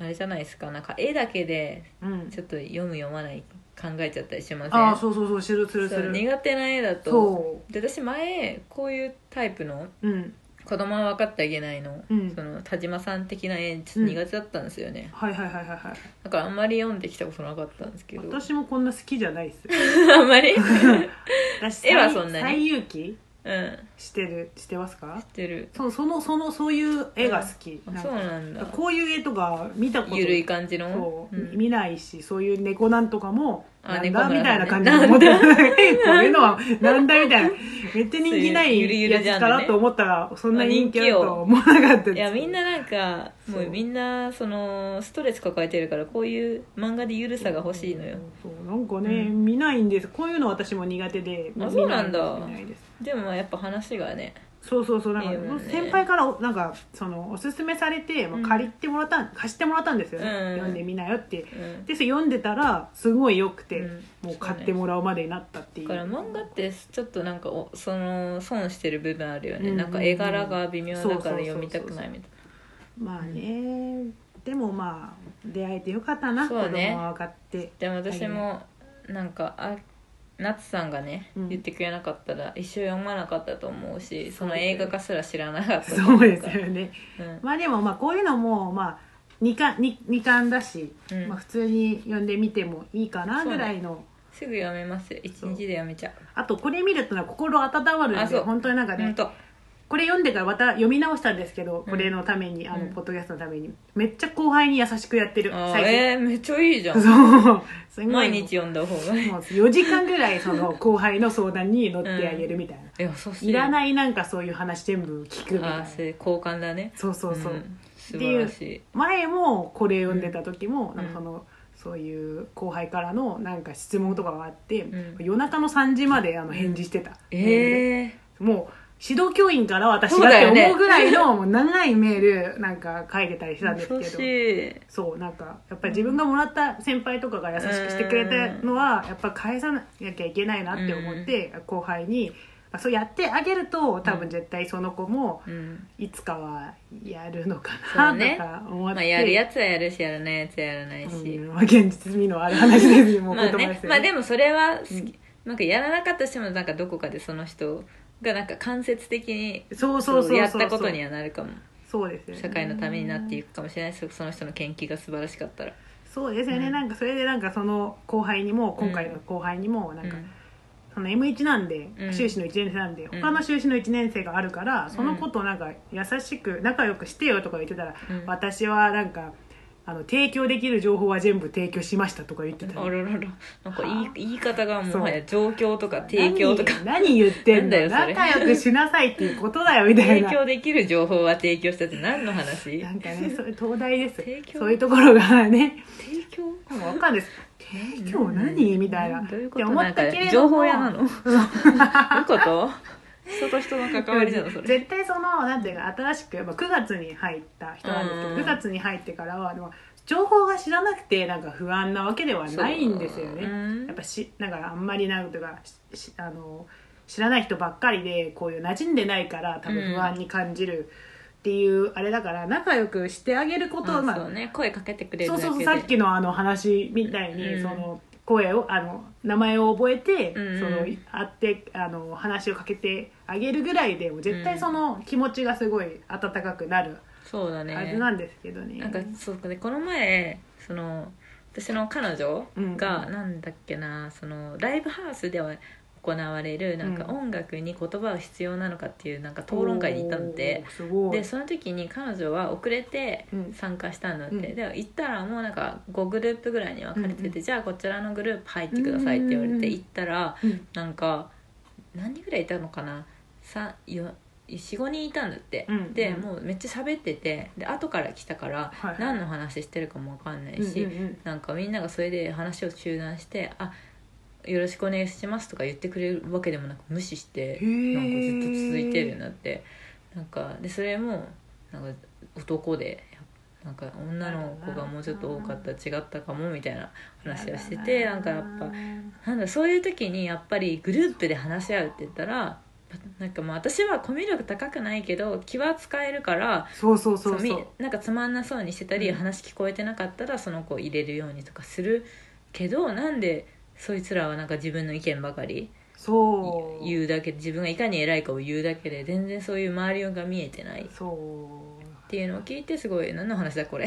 [SPEAKER 1] あれじゃないですかなんか絵だけで
[SPEAKER 2] うん
[SPEAKER 1] ちょっと読む読まない考えちゃったりしません
[SPEAKER 2] ああそうそうそうするするす
[SPEAKER 1] そう
[SPEAKER 2] る
[SPEAKER 1] 苦手な絵だと
[SPEAKER 2] そ
[SPEAKER 1] で私前こういうタイプの
[SPEAKER 2] ううん
[SPEAKER 1] 子供は分かってあげないの,、
[SPEAKER 2] うん
[SPEAKER 1] その田島さん的な絵ちょっと苦手だったんですよね、
[SPEAKER 2] はいはいはいはいはい
[SPEAKER 1] だからあんまり読んできたことなかったんですけど
[SPEAKER 2] 私もこんな好きじゃないです
[SPEAKER 1] <laughs> あん
[SPEAKER 2] <laughs>
[SPEAKER 1] まりう
[SPEAKER 2] 私
[SPEAKER 1] <laughs> 絵はそんなに
[SPEAKER 2] 最有機
[SPEAKER 1] ん
[SPEAKER 2] してるしてますか
[SPEAKER 1] 知ってる
[SPEAKER 2] そのそのそのそういう絵が好き、
[SPEAKER 1] あ
[SPEAKER 2] なん
[SPEAKER 1] そう
[SPEAKER 2] か
[SPEAKER 1] なんだ
[SPEAKER 2] こういう絵とか見たこと
[SPEAKER 1] ゆるい感じの
[SPEAKER 2] そう、
[SPEAKER 1] うん
[SPEAKER 2] 見ないしそういう猫なんとかも
[SPEAKER 1] あ
[SPEAKER 2] なん
[SPEAKER 1] 猫
[SPEAKER 2] だ
[SPEAKER 1] なんだね
[SPEAKER 2] みたいな感じで思ってこういうのはなんだみたいなめっちゃ人気な
[SPEAKER 1] そういうゆるゆ
[SPEAKER 2] い
[SPEAKER 1] る
[SPEAKER 2] や
[SPEAKER 1] ジャンルね
[SPEAKER 2] つかなと思ったらそんな人気あると
[SPEAKER 1] まあ人気
[SPEAKER 2] は思わなかったです
[SPEAKER 1] いやみんななんかも
[SPEAKER 2] そう
[SPEAKER 1] うみんなそのストレス抱えてるからこういう漫画でゆるさが欲しいのよ
[SPEAKER 2] そうなんかね、見ないんですこういうの私も苦手で
[SPEAKER 1] あ
[SPEAKER 2] 見
[SPEAKER 1] そうなんだ
[SPEAKER 2] 見ないです
[SPEAKER 1] でもまあやっぱ話がね
[SPEAKER 2] そうそうそうなんか
[SPEAKER 1] いいもんね
[SPEAKER 2] 先輩からおなんかそのおすすめされて、まあ
[SPEAKER 1] うん
[SPEAKER 2] 借りてもらったん貸してもらったんですよね、
[SPEAKER 1] うんうん
[SPEAKER 2] 読んでみなよって
[SPEAKER 1] うん
[SPEAKER 2] でそれ読んでたらすごい良くて、
[SPEAKER 1] うん
[SPEAKER 2] もう買ってもらうまでになったってい
[SPEAKER 1] だ
[SPEAKER 2] う
[SPEAKER 1] から漫画ってちょっとなんかおその損してる部分あるよね、
[SPEAKER 2] うん
[SPEAKER 1] なんか絵柄が微妙だから
[SPEAKER 2] そうそうそうそう
[SPEAKER 1] 読みたくないみたい
[SPEAKER 2] まあねでもまあ出会えてよかったな、子
[SPEAKER 1] そ
[SPEAKER 2] 供
[SPEAKER 1] うね
[SPEAKER 2] は分かって
[SPEAKER 1] なでも私もなんかあ夏さんがね、
[SPEAKER 2] うん
[SPEAKER 1] 言ってくれなかったら一生読まなかったと思うしそ
[SPEAKER 2] そう
[SPEAKER 1] の
[SPEAKER 2] ですよ
[SPEAKER 1] 映画化すら知らなかったと思
[SPEAKER 2] そう
[SPEAKER 1] か
[SPEAKER 2] ですよね
[SPEAKER 1] らうん
[SPEAKER 2] まあでもまあこういうのもまあ二巻二二巻だし、
[SPEAKER 1] うん
[SPEAKER 2] まあ、普通に読んでみてもいいかなぐらいの、
[SPEAKER 1] すぐ読めますよ一
[SPEAKER 2] そう
[SPEAKER 1] 日で読めちゃ
[SPEAKER 2] あとこれ見るとね心温まるん
[SPEAKER 1] あ
[SPEAKER 2] で
[SPEAKER 1] そう
[SPEAKER 2] 本当になんか
[SPEAKER 1] うほ
[SPEAKER 2] ね
[SPEAKER 1] んと
[SPEAKER 2] これ読んでからまた読み直したんですけど、
[SPEAKER 1] うん
[SPEAKER 2] これのためにあの、
[SPEAKER 1] うん
[SPEAKER 2] ポッドキャストのためにめっちゃ後輩に優しくやってる
[SPEAKER 1] あー
[SPEAKER 2] 最
[SPEAKER 1] えー、めっちゃいいじゃ
[SPEAKER 2] 近、
[SPEAKER 1] ん
[SPEAKER 2] そうすごい
[SPEAKER 1] 毎日読んだ方がいい
[SPEAKER 2] もう4時間ぐらいその後輩の相談に乗ってあげるみたいな、
[SPEAKER 1] やそう
[SPEAKER 2] いら
[SPEAKER 1] い
[SPEAKER 2] ないなんかそういう話全部聞くみたい
[SPEAKER 1] あ
[SPEAKER 2] な
[SPEAKER 1] ーそれ交換だね
[SPEAKER 2] そうそうそう、
[SPEAKER 1] ん素晴らしい
[SPEAKER 2] 前もこれ読んでた時も、なんかそうのそういう後輩からのなんか質問とかがあって、
[SPEAKER 1] ん
[SPEAKER 2] 夜中の3時まであの返事してた、
[SPEAKER 1] ええ
[SPEAKER 2] もう指導教員から私
[SPEAKER 1] そ
[SPEAKER 2] が
[SPEAKER 1] う
[SPEAKER 2] っ
[SPEAKER 1] だ
[SPEAKER 2] て
[SPEAKER 1] よね
[SPEAKER 2] 思うぐらいのもう長いメールなんか書いてたりしたんですけ
[SPEAKER 1] 恐
[SPEAKER 2] ど
[SPEAKER 1] ろしい
[SPEAKER 2] そうなんかやっぱり自分がもらった先輩とかが優しくしてくれたのはやっぱ返さなきゃいけないなって思って、後輩にあそうやってあげると多分絶対その子も
[SPEAKER 1] うん
[SPEAKER 2] いつかはやるのか
[SPEAKER 1] そ
[SPEAKER 2] な
[SPEAKER 1] うね
[SPEAKER 2] とか思って、
[SPEAKER 1] まあ、やるやつはやるしやらないやつはやらないし、
[SPEAKER 2] うんまあ、現実味のある話です
[SPEAKER 1] <laughs>
[SPEAKER 2] ねもう
[SPEAKER 1] まあ
[SPEAKER 2] 言葉で
[SPEAKER 1] ね
[SPEAKER 2] すよ
[SPEAKER 1] まあで
[SPEAKER 2] も
[SPEAKER 1] もそれは好き、なんかやらなかったとしてもなんかどこかでその人がなんか間接的に
[SPEAKER 2] そうそうそうそう
[SPEAKER 1] やったことにはなるかも
[SPEAKER 2] そうですよね
[SPEAKER 1] 社会のためになっていくかもしれないしその人の研究が素晴らしかったら、
[SPEAKER 2] そうですよね、
[SPEAKER 1] うん
[SPEAKER 2] なんかそれでなんかその後輩にも今回の後輩にもなんか、その M1 なんで、
[SPEAKER 1] うん
[SPEAKER 2] 修士の1年生なんで、
[SPEAKER 1] うん
[SPEAKER 2] 他の修士の1年生があるから、そのことをなんか優しく仲良くしてよとか言ってたら、
[SPEAKER 1] うん
[SPEAKER 2] 私はなんかあの提供できる情報は全部提供しましたとか言ってた
[SPEAKER 1] あらららなんか言い言い方がもはや
[SPEAKER 2] そ
[SPEAKER 1] 状況とか提供とか
[SPEAKER 2] 何何言ってんだよ
[SPEAKER 1] なんだよそ
[SPEAKER 2] 仲
[SPEAKER 1] れ
[SPEAKER 2] 良くしなさいっていうことだよみたい
[SPEAKER 1] 提
[SPEAKER 2] な
[SPEAKER 1] 供できる情報は提供したって何の話
[SPEAKER 2] なんかねそれ東大です
[SPEAKER 1] 提供
[SPEAKER 2] そういうところがね
[SPEAKER 1] 提供
[SPEAKER 2] でも分かんないです提供何みたいな
[SPEAKER 1] どういうこ
[SPEAKER 2] って
[SPEAKER 1] と
[SPEAKER 2] 思
[SPEAKER 1] な
[SPEAKER 2] っ
[SPEAKER 1] んか
[SPEAKER 2] たけれど
[SPEAKER 1] 情報
[SPEAKER 2] も
[SPEAKER 1] 屋なのどういうこと人と人の関わりじゃんそれ
[SPEAKER 2] 絶対そのなんていうか新しく、まあ、9月に入った人なんですけど、
[SPEAKER 1] うん
[SPEAKER 2] 9月に入ってからはでも情報が知らなくてなんか不安なわけではないんですよね。やっぱしなんかあんまりなんとかししあの知らない人ばっかりでこういう馴染んでないから多分不安に感じるっていうあれだから仲良くしてあげること
[SPEAKER 1] あ
[SPEAKER 2] まあ
[SPEAKER 1] そうね声かけてくれる
[SPEAKER 2] そ
[SPEAKER 1] だ
[SPEAKER 2] う
[SPEAKER 1] けで
[SPEAKER 2] そうそうさっきのあの話みたいに、
[SPEAKER 1] うん
[SPEAKER 2] その声をあの名前を覚えて、
[SPEAKER 1] うん
[SPEAKER 2] その会ってあの話をかけてあげるぐらいでも絶対その気持ちがすごい温かくなる
[SPEAKER 1] そうだね
[SPEAKER 2] はずなんですけどね。
[SPEAKER 1] なんかそうかねこの前その私の彼女が、
[SPEAKER 2] うん
[SPEAKER 1] なんだっけなそのライブハウスでは行われるなんか
[SPEAKER 2] うん
[SPEAKER 1] 音楽に言葉は必要なのかっていうなんか討論会に行ったんで
[SPEAKER 2] おーすごい
[SPEAKER 1] でその時に彼女は遅れて
[SPEAKER 2] うん
[SPEAKER 1] 参加したんだって、
[SPEAKER 2] うん
[SPEAKER 1] で行ったらもうなんか5グループぐらいに分かれてて、
[SPEAKER 2] うんう
[SPEAKER 1] じゃあこちらのグループ入ってくださいって言われ
[SPEAKER 2] うんうんう
[SPEAKER 1] て
[SPEAKER 2] ん
[SPEAKER 1] 行ったら
[SPEAKER 2] うん
[SPEAKER 1] なんか何人ぐらいいたのかなさよ45人いたんだって、
[SPEAKER 2] うんうん
[SPEAKER 1] でもうめっちゃ喋っててで後から来たから
[SPEAKER 2] はいはい
[SPEAKER 1] 何の話してるかも分かんないし、
[SPEAKER 2] うんうんうん
[SPEAKER 1] なんかみんながそれで話を中断して「あよろしくお願いします」とか言ってくれるわけでもなく無視して
[SPEAKER 2] へー
[SPEAKER 1] なんかずっと続いてるようになってなんかでそれもなんか男でなんか女の子がもうちょっと多かった違ったかもみたいな話をしててなんかやっぱなんだそういう時にやっぱりグループで話し合うって言ったらなんかまあ私はコミュ力高くないけど気は使えるから
[SPEAKER 2] そうそうそう
[SPEAKER 1] そう
[SPEAKER 2] そ
[SPEAKER 1] み
[SPEAKER 2] う
[SPEAKER 1] なんかつまんなそうにしてたり、
[SPEAKER 2] うん
[SPEAKER 1] 話聞こえてなかったらその子を入れるようにとかするけどなんでそいつらはなんか自分の意見ばかり
[SPEAKER 2] そう
[SPEAKER 1] 言うだけ自分がいかに偉いかを言うだけで全然そういう周りが見えてないっ
[SPEAKER 2] そう
[SPEAKER 1] ていうのを聞いてすごい何の話だこれ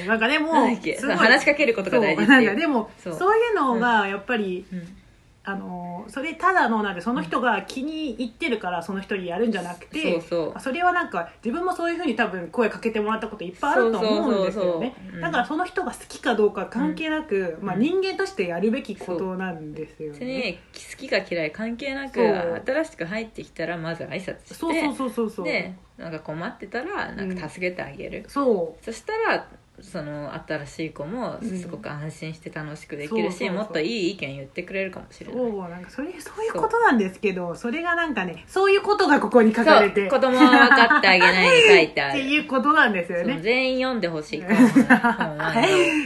[SPEAKER 2] うんなんかでも
[SPEAKER 1] <laughs> なんだっけ
[SPEAKER 2] すごい
[SPEAKER 1] 話しかけることが大
[SPEAKER 2] そ
[SPEAKER 1] 事
[SPEAKER 2] う
[SPEAKER 1] って
[SPEAKER 2] なん
[SPEAKER 1] い
[SPEAKER 2] か
[SPEAKER 1] う
[SPEAKER 2] でも
[SPEAKER 1] そ
[SPEAKER 2] そうういうのがやっぱり、
[SPEAKER 1] うん
[SPEAKER 2] あのそれただのなんかその人が気に入ってるからその人にやるんじゃなくて、
[SPEAKER 1] そうそう
[SPEAKER 2] あそれはなんか自分もそういうふうに多分声かけてもらったこといっぱいあるとは思うんですよね
[SPEAKER 1] そうそうそうそううん
[SPEAKER 2] だからその人が好きかどうか関係なく、
[SPEAKER 1] うん
[SPEAKER 2] まあ、
[SPEAKER 1] うん
[SPEAKER 2] 人間としてやるべきことなんですよ
[SPEAKER 1] 別
[SPEAKER 2] ね。
[SPEAKER 1] に好きか嫌い関係なく
[SPEAKER 2] そう
[SPEAKER 1] 新しく入ってきたらまず挨拶して
[SPEAKER 2] そうそうそうそうそう
[SPEAKER 1] でなんか困ってたらなんか助けてあげる、
[SPEAKER 2] そ
[SPEAKER 1] そしたらその新しい子も
[SPEAKER 2] うん
[SPEAKER 1] すごく安心して楽しくでき
[SPEAKER 2] そう
[SPEAKER 1] るし、
[SPEAKER 2] そうそう
[SPEAKER 1] もっといい意見言ってくれるかもし
[SPEAKER 2] う
[SPEAKER 1] れない。
[SPEAKER 2] そうなんかそれそういうことなんですけどそれがなんかねそういうことがここに書かれて
[SPEAKER 1] そう子供は分かってあげないで書いて
[SPEAKER 2] っ
[SPEAKER 1] あ
[SPEAKER 2] て
[SPEAKER 1] る
[SPEAKER 2] いうことなんですよ
[SPEAKER 1] その
[SPEAKER 2] ね。
[SPEAKER 1] 全員読んでほしい
[SPEAKER 2] <laughs> ちょっとね、まあ、
[SPEAKER 1] も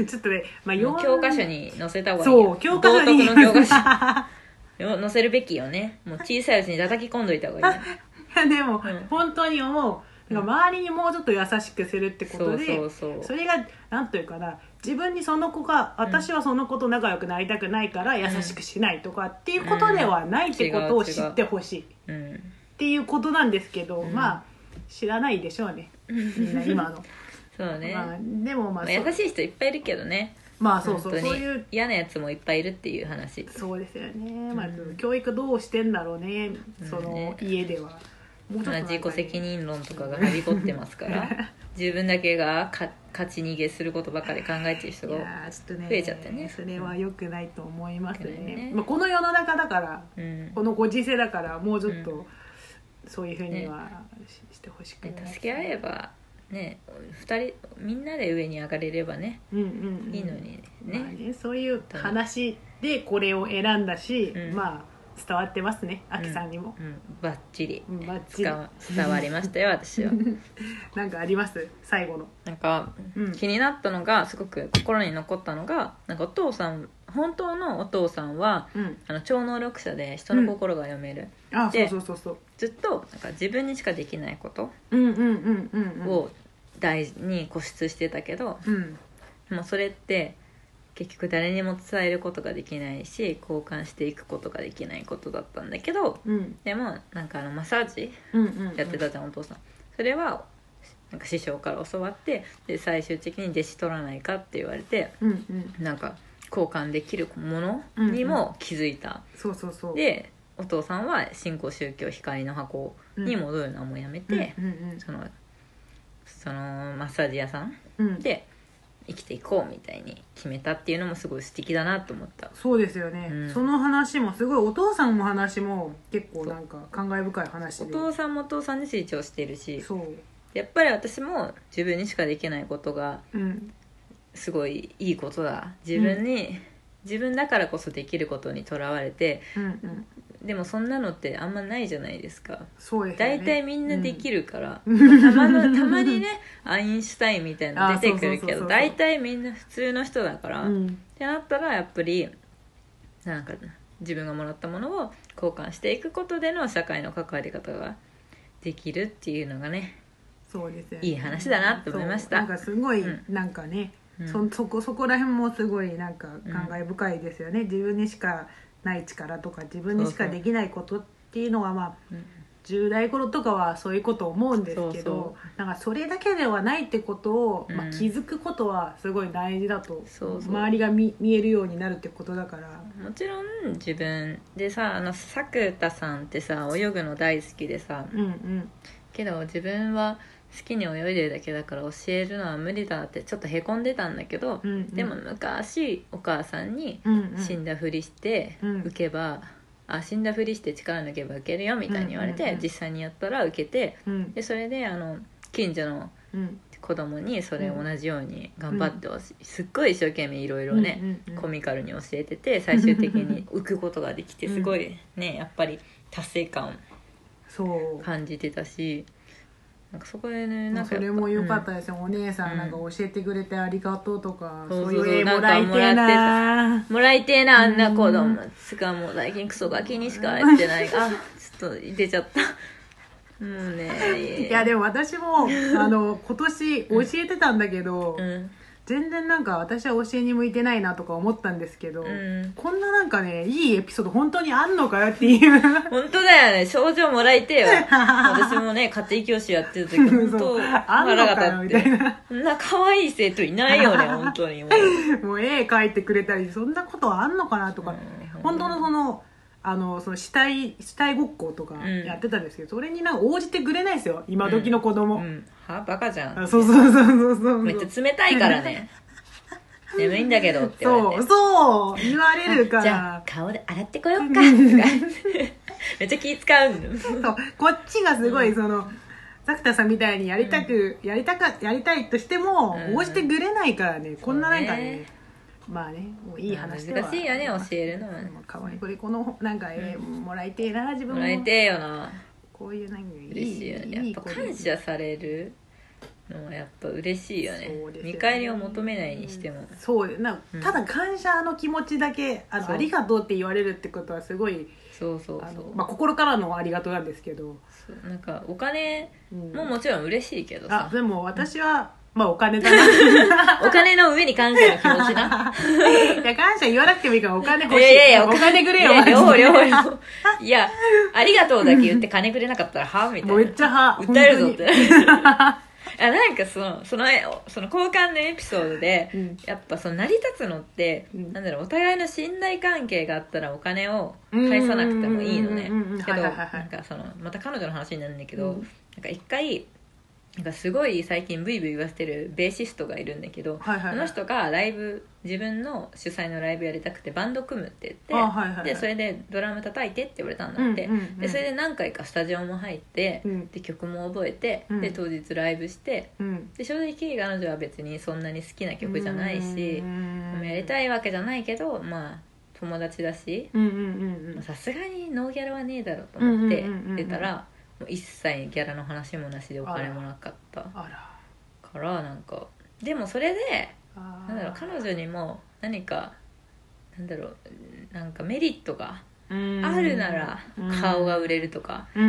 [SPEAKER 1] う
[SPEAKER 2] 読ん
[SPEAKER 1] 教科書に載せた方がいいよ
[SPEAKER 2] そう教科書に
[SPEAKER 1] 道徳の教科書よ <laughs> 載せるべきよねもう小さいうちに叩き込んどいた方が
[SPEAKER 2] <laughs>
[SPEAKER 1] いいよ
[SPEAKER 2] いやでも、
[SPEAKER 1] うん
[SPEAKER 2] 本当に思うなんか周りにもうちょっと優しくするってこ
[SPEAKER 1] そ
[SPEAKER 2] と
[SPEAKER 1] う
[SPEAKER 2] で
[SPEAKER 1] そうそう
[SPEAKER 2] それがなんというかな自分にその子が私はその子と仲良くなりたくないから優しくしないとかっていうことではないってことを知ってほしいっ
[SPEAKER 1] うん
[SPEAKER 2] ていうことなんですけど、
[SPEAKER 1] うん
[SPEAKER 2] まあ知らないでしょうねみんな今の、
[SPEAKER 1] そう <laughs> ね、
[SPEAKER 2] まあ、でもま
[SPEAKER 1] ま
[SPEAKER 2] あ
[SPEAKER 1] あ、
[SPEAKER 2] そう
[SPEAKER 1] 優しい人いっぱいいるけどね
[SPEAKER 2] まあそうそう
[SPEAKER 1] 本当
[SPEAKER 2] そう
[SPEAKER 1] に
[SPEAKER 2] いう
[SPEAKER 1] 嫌なやつもいっぱいいるっていう話
[SPEAKER 2] そうですよね、まあ
[SPEAKER 1] うん
[SPEAKER 2] 教育どうしてんだろうねそ
[SPEAKER 1] うんね
[SPEAKER 2] の家では。もうちょっと
[SPEAKER 1] 同
[SPEAKER 2] なんかね
[SPEAKER 1] じ己責任論とかがはびこってますから
[SPEAKER 2] <laughs>
[SPEAKER 1] 自分だけがか勝ち逃げすることばかり考えてる人
[SPEAKER 2] い
[SPEAKER 1] が
[SPEAKER 2] やーちょっとね
[SPEAKER 1] 増えちゃってね
[SPEAKER 2] それは良くないと思いますね,、
[SPEAKER 1] 良くないね
[SPEAKER 2] まあ、この世の中だから
[SPEAKER 1] うん
[SPEAKER 2] このご時世だからもうちょっと、
[SPEAKER 1] う
[SPEAKER 2] そういうふうにはし,、てほしく
[SPEAKER 1] ね
[SPEAKER 2] ない
[SPEAKER 1] 助け合えばね二人みんなで上に上がれればね
[SPEAKER 2] うんうんうん
[SPEAKER 1] いいのに
[SPEAKER 2] まあ
[SPEAKER 1] ね、
[SPEAKER 2] ねそういう話でこれを選んだし、
[SPEAKER 1] うん
[SPEAKER 2] まあ伝わってますねあきさんにも、
[SPEAKER 1] うん、バッチリ
[SPEAKER 2] うんバッチリ
[SPEAKER 1] 伝わ伝わりましたよ私は
[SPEAKER 2] なんかあります最後の
[SPEAKER 1] なんか
[SPEAKER 2] うん
[SPEAKER 1] 気になったのがすごく心に残ったのがなんかお父さん本当のお父さんは
[SPEAKER 2] うん
[SPEAKER 1] あの超能力者で人の心が読める、
[SPEAKER 2] あそ
[SPEAKER 1] で
[SPEAKER 2] うそうそうそう
[SPEAKER 1] ずっとなんか自分にしかできないこと
[SPEAKER 2] うんうんうんうんうん
[SPEAKER 1] を大事に固執してたけど、
[SPEAKER 2] うん
[SPEAKER 1] もうそれって結局誰にも伝えることができないし交換していくことができないことだったんだけど
[SPEAKER 2] うん
[SPEAKER 1] でもなんかあのマッサージ
[SPEAKER 2] うんうん
[SPEAKER 1] やってたじゃん、お父さんそれはなんか師匠から教わってで最終的に弟子取らないかって言われて
[SPEAKER 2] うんうん
[SPEAKER 1] なんか交換できるものにも気づいた、
[SPEAKER 2] そうそうそう
[SPEAKER 1] でお父さんは新興宗教光の箱に戻るのはもうやめて、
[SPEAKER 2] うんうん
[SPEAKER 1] そのそのマッサージ屋さん
[SPEAKER 2] うんうん
[SPEAKER 1] で生きていこうみたいに決めたっていうのもすごい素敵だなと思った
[SPEAKER 2] そうですよね、
[SPEAKER 1] うん
[SPEAKER 2] その話もすごいお父さんも話も結構なんか感慨深い話で
[SPEAKER 1] お父さんもお父さんで成長してるし
[SPEAKER 2] そう
[SPEAKER 1] やっぱり私も自分にしかできないことが
[SPEAKER 2] うん
[SPEAKER 1] すごいいいことだ自分に、自分だからこそできることにとらわれて
[SPEAKER 2] うんうん
[SPEAKER 1] でもそんなのってあんまないじゃないですか
[SPEAKER 2] そうですよね
[SPEAKER 1] 大体みんなでき
[SPEAKER 2] る、
[SPEAKER 1] るから、
[SPEAKER 2] うん
[SPEAKER 1] たまのたまにねアインシュタインみたいなの出てくるけ
[SPEAKER 2] あそうそうそうそ
[SPEAKER 1] ど
[SPEAKER 2] う
[SPEAKER 1] 大体みんな普通の人だから、
[SPEAKER 2] うん
[SPEAKER 1] ってなったらやっぱりなんか自分がもらったものを交換していくことでの社会の関わり方ができるっていうのがね
[SPEAKER 2] そうですよ
[SPEAKER 1] いい話だなと思いました
[SPEAKER 2] そうなんかすごい、
[SPEAKER 1] うん
[SPEAKER 2] なんかね、
[SPEAKER 1] う
[SPEAKER 2] そ
[SPEAKER 1] ん
[SPEAKER 2] そこそこら辺もすごいなんか感慨深いですよね、自分にしかない力とか自分にしかできないことっていうのはまあ
[SPEAKER 1] うん
[SPEAKER 2] 10代頃とかはそういうこと思うんです
[SPEAKER 1] そ
[SPEAKER 2] け
[SPEAKER 1] うそ
[SPEAKER 2] どなんかそれだけではないってことを、ま
[SPEAKER 1] う
[SPEAKER 2] あ、
[SPEAKER 1] ん
[SPEAKER 2] 気づくことはすごい大事だと、
[SPEAKER 1] そうそう
[SPEAKER 2] 周りが見見えるようになるってことだから
[SPEAKER 1] もちろん自分でさあの作田さんってさ泳ぐの大好きでさ
[SPEAKER 2] うんうん
[SPEAKER 1] けど自分は好きに泳いでるだけだから教えるのは無理だってちょっとへこんでたんだけど、
[SPEAKER 2] うんうん
[SPEAKER 1] でも昔お母さんに
[SPEAKER 2] うんうん
[SPEAKER 1] 死んだふりして
[SPEAKER 2] うん
[SPEAKER 1] 浮けば、あ死んだふりして力抜けば浮けるよみたいに言われて、
[SPEAKER 2] うんうんうん
[SPEAKER 1] 実際にやったら受けて
[SPEAKER 2] うん
[SPEAKER 1] でそれであの近所の
[SPEAKER 2] うん
[SPEAKER 1] 子供にそれを同じように頑張ってほしい、すっごい一生懸命いろいろね、
[SPEAKER 2] うんうん
[SPEAKER 1] コミカルに教えてて最終的
[SPEAKER 2] <laughs>
[SPEAKER 1] に浮くことができてすごいねやっぱり達成感を
[SPEAKER 2] そう
[SPEAKER 1] 感じてたしなんかそこでね
[SPEAKER 2] ま
[SPEAKER 1] な
[SPEAKER 2] あ
[SPEAKER 1] ん
[SPEAKER 2] そ
[SPEAKER 1] かやぱ
[SPEAKER 2] れも良かったですよ、お姉さ
[SPEAKER 1] うん
[SPEAKER 2] んなんか教えてくれてありがとうとか、
[SPEAKER 1] そうそ
[SPEAKER 2] そうう
[SPEAKER 1] そう
[SPEAKER 2] いう絵もらいてえな
[SPEAKER 1] もらいてえなあんな子
[SPEAKER 2] う
[SPEAKER 1] 供
[SPEAKER 2] ん
[SPEAKER 1] つかもう最近クソガキにしか会ってないあちょっと出ちゃったもうね
[SPEAKER 2] いやでも私もあの今年教えてたんだけど、
[SPEAKER 1] うん
[SPEAKER 2] 全然なんか私は教えに向いてないなとか思ったんですけど、
[SPEAKER 1] うん
[SPEAKER 2] こんななんかねいいエピソード本当にあんのかよっていう
[SPEAKER 1] 本当だよね賞状もらいてえよ私もね家庭教師やってる時本
[SPEAKER 2] <laughs> そ
[SPEAKER 1] 当
[SPEAKER 2] うあんのかよ
[SPEAKER 1] っ
[SPEAKER 2] みたい
[SPEAKER 1] て
[SPEAKER 2] な
[SPEAKER 1] そんな可愛い生徒いな
[SPEAKER 2] <laughs>
[SPEAKER 1] いよね本当にもう
[SPEAKER 2] もう絵描いてくれたりそんなことあんのかなとか、 <laughs> 本当のそのあのその死体死体ごっことか
[SPEAKER 1] うん
[SPEAKER 2] やってたんですけど、それになんか応じてくれないですよ今時の子
[SPEAKER 1] う
[SPEAKER 2] 供、
[SPEAKER 1] んはバカじゃ
[SPEAKER 2] あ
[SPEAKER 1] ん
[SPEAKER 2] そうそうそうそうそう
[SPEAKER 1] めっちゃ冷たいか
[SPEAKER 2] <laughs>
[SPEAKER 1] らね眠いんだけどって言わ
[SPEAKER 2] そ
[SPEAKER 1] れて
[SPEAKER 2] うそう言われるか
[SPEAKER 1] じゃ
[SPEAKER 2] ら
[SPEAKER 1] あ顔で洗ってこよ
[SPEAKER 2] <laughs>
[SPEAKER 1] うかとか言ってめっちゃ気使うんだ
[SPEAKER 2] そうこっちがすごいその、ザクタさんみたいにやりたく、やりたかやりたいとしても、
[SPEAKER 1] うん
[SPEAKER 2] 応じてくれないからねこんななんかね
[SPEAKER 1] そうね
[SPEAKER 2] まあねもういい話では
[SPEAKER 1] 難しいよね教えるのはね
[SPEAKER 2] もう可愛いこれこのなんか、えーもらいてえな自分
[SPEAKER 1] も
[SPEAKER 2] も
[SPEAKER 1] らえてえよな
[SPEAKER 2] こういうなんかいい
[SPEAKER 1] 嬉しいよね
[SPEAKER 2] い
[SPEAKER 1] や
[SPEAKER 2] い
[SPEAKER 1] っぱ
[SPEAKER 2] 子で
[SPEAKER 1] 感謝されるのはやっぱ嬉しいよね
[SPEAKER 2] そうですよね
[SPEAKER 1] 見返りを求めないにしても
[SPEAKER 2] そうな
[SPEAKER 1] うん
[SPEAKER 2] ただ感謝の気持ちだけあの
[SPEAKER 1] そう
[SPEAKER 2] ありがとうって言われるってことはすごい
[SPEAKER 1] そうそう
[SPEAKER 2] あ
[SPEAKER 1] そ
[SPEAKER 2] の、
[SPEAKER 1] う
[SPEAKER 2] まあ、心からのありがとうなんですけど、
[SPEAKER 1] そうなんかお金
[SPEAKER 2] うん
[SPEAKER 1] ももちろん嬉しいけど
[SPEAKER 2] あ
[SPEAKER 1] さ
[SPEAKER 2] でも私は、まあお金だな <laughs>
[SPEAKER 1] お金の上に感謝の気持ちな
[SPEAKER 2] いや感謝言わなくてもいいからお金欲しい
[SPEAKER 1] いやいやいや
[SPEAKER 2] お金 <laughs> くれよ
[SPEAKER 1] いや
[SPEAKER 2] マジで
[SPEAKER 1] 両方両方いやありがとうだけ言って金くれなかったらはみたいな
[SPEAKER 2] もうめっちゃは
[SPEAKER 1] 訴えるぞって
[SPEAKER 2] 本
[SPEAKER 1] <laughs> あなんかそのそのその交換のエピソードで、 <laughs>
[SPEAKER 2] 当にうん
[SPEAKER 1] やっぱその成り立つのって、
[SPEAKER 2] うん
[SPEAKER 1] なんだろうお互いの信頼関係があったらお金を返さなくてもいいのね
[SPEAKER 2] うんうんうんうんうん
[SPEAKER 1] けど
[SPEAKER 2] はい
[SPEAKER 1] な
[SPEAKER 2] はいはいはい
[SPEAKER 1] んかそのまた彼女の話になるんだけど、
[SPEAKER 2] うん
[SPEAKER 1] なんか一回なんかすごい最近ブイブイ言わせてるベーシストがいるんだけど、
[SPEAKER 2] はいはいはい
[SPEAKER 1] その人がライブ自分の主催のライブやりたくてバンド組むって
[SPEAKER 2] あ
[SPEAKER 1] 言って、
[SPEAKER 2] はいはいはい
[SPEAKER 1] でそれでドラム叩いてって言われたんだって、
[SPEAKER 2] うんうんうん
[SPEAKER 1] でそれで何回かスタジオも入って、
[SPEAKER 2] うん
[SPEAKER 1] で曲も覚えて、
[SPEAKER 2] うん
[SPEAKER 1] で当日ライブして
[SPEAKER 2] うん
[SPEAKER 1] で正直彼女は別にそんなに好きな曲じゃない
[SPEAKER 2] う、
[SPEAKER 1] し
[SPEAKER 2] ん
[SPEAKER 1] やりたいわけじゃないけどまあ友達だし
[SPEAKER 2] うんうんうん
[SPEAKER 1] さすがにノーギャラはねえだろうと思って
[SPEAKER 2] うんうんうんうんうん
[SPEAKER 1] 出たらもう一切ギャラの話もなしでお金もなかった
[SPEAKER 2] あら
[SPEAKER 1] からなんかでもそれで
[SPEAKER 2] あ
[SPEAKER 1] なんだろう彼女にも何かなんだろうなんかメリットがあるなら顔が売れるとか。
[SPEAKER 2] いい
[SPEAKER 1] いい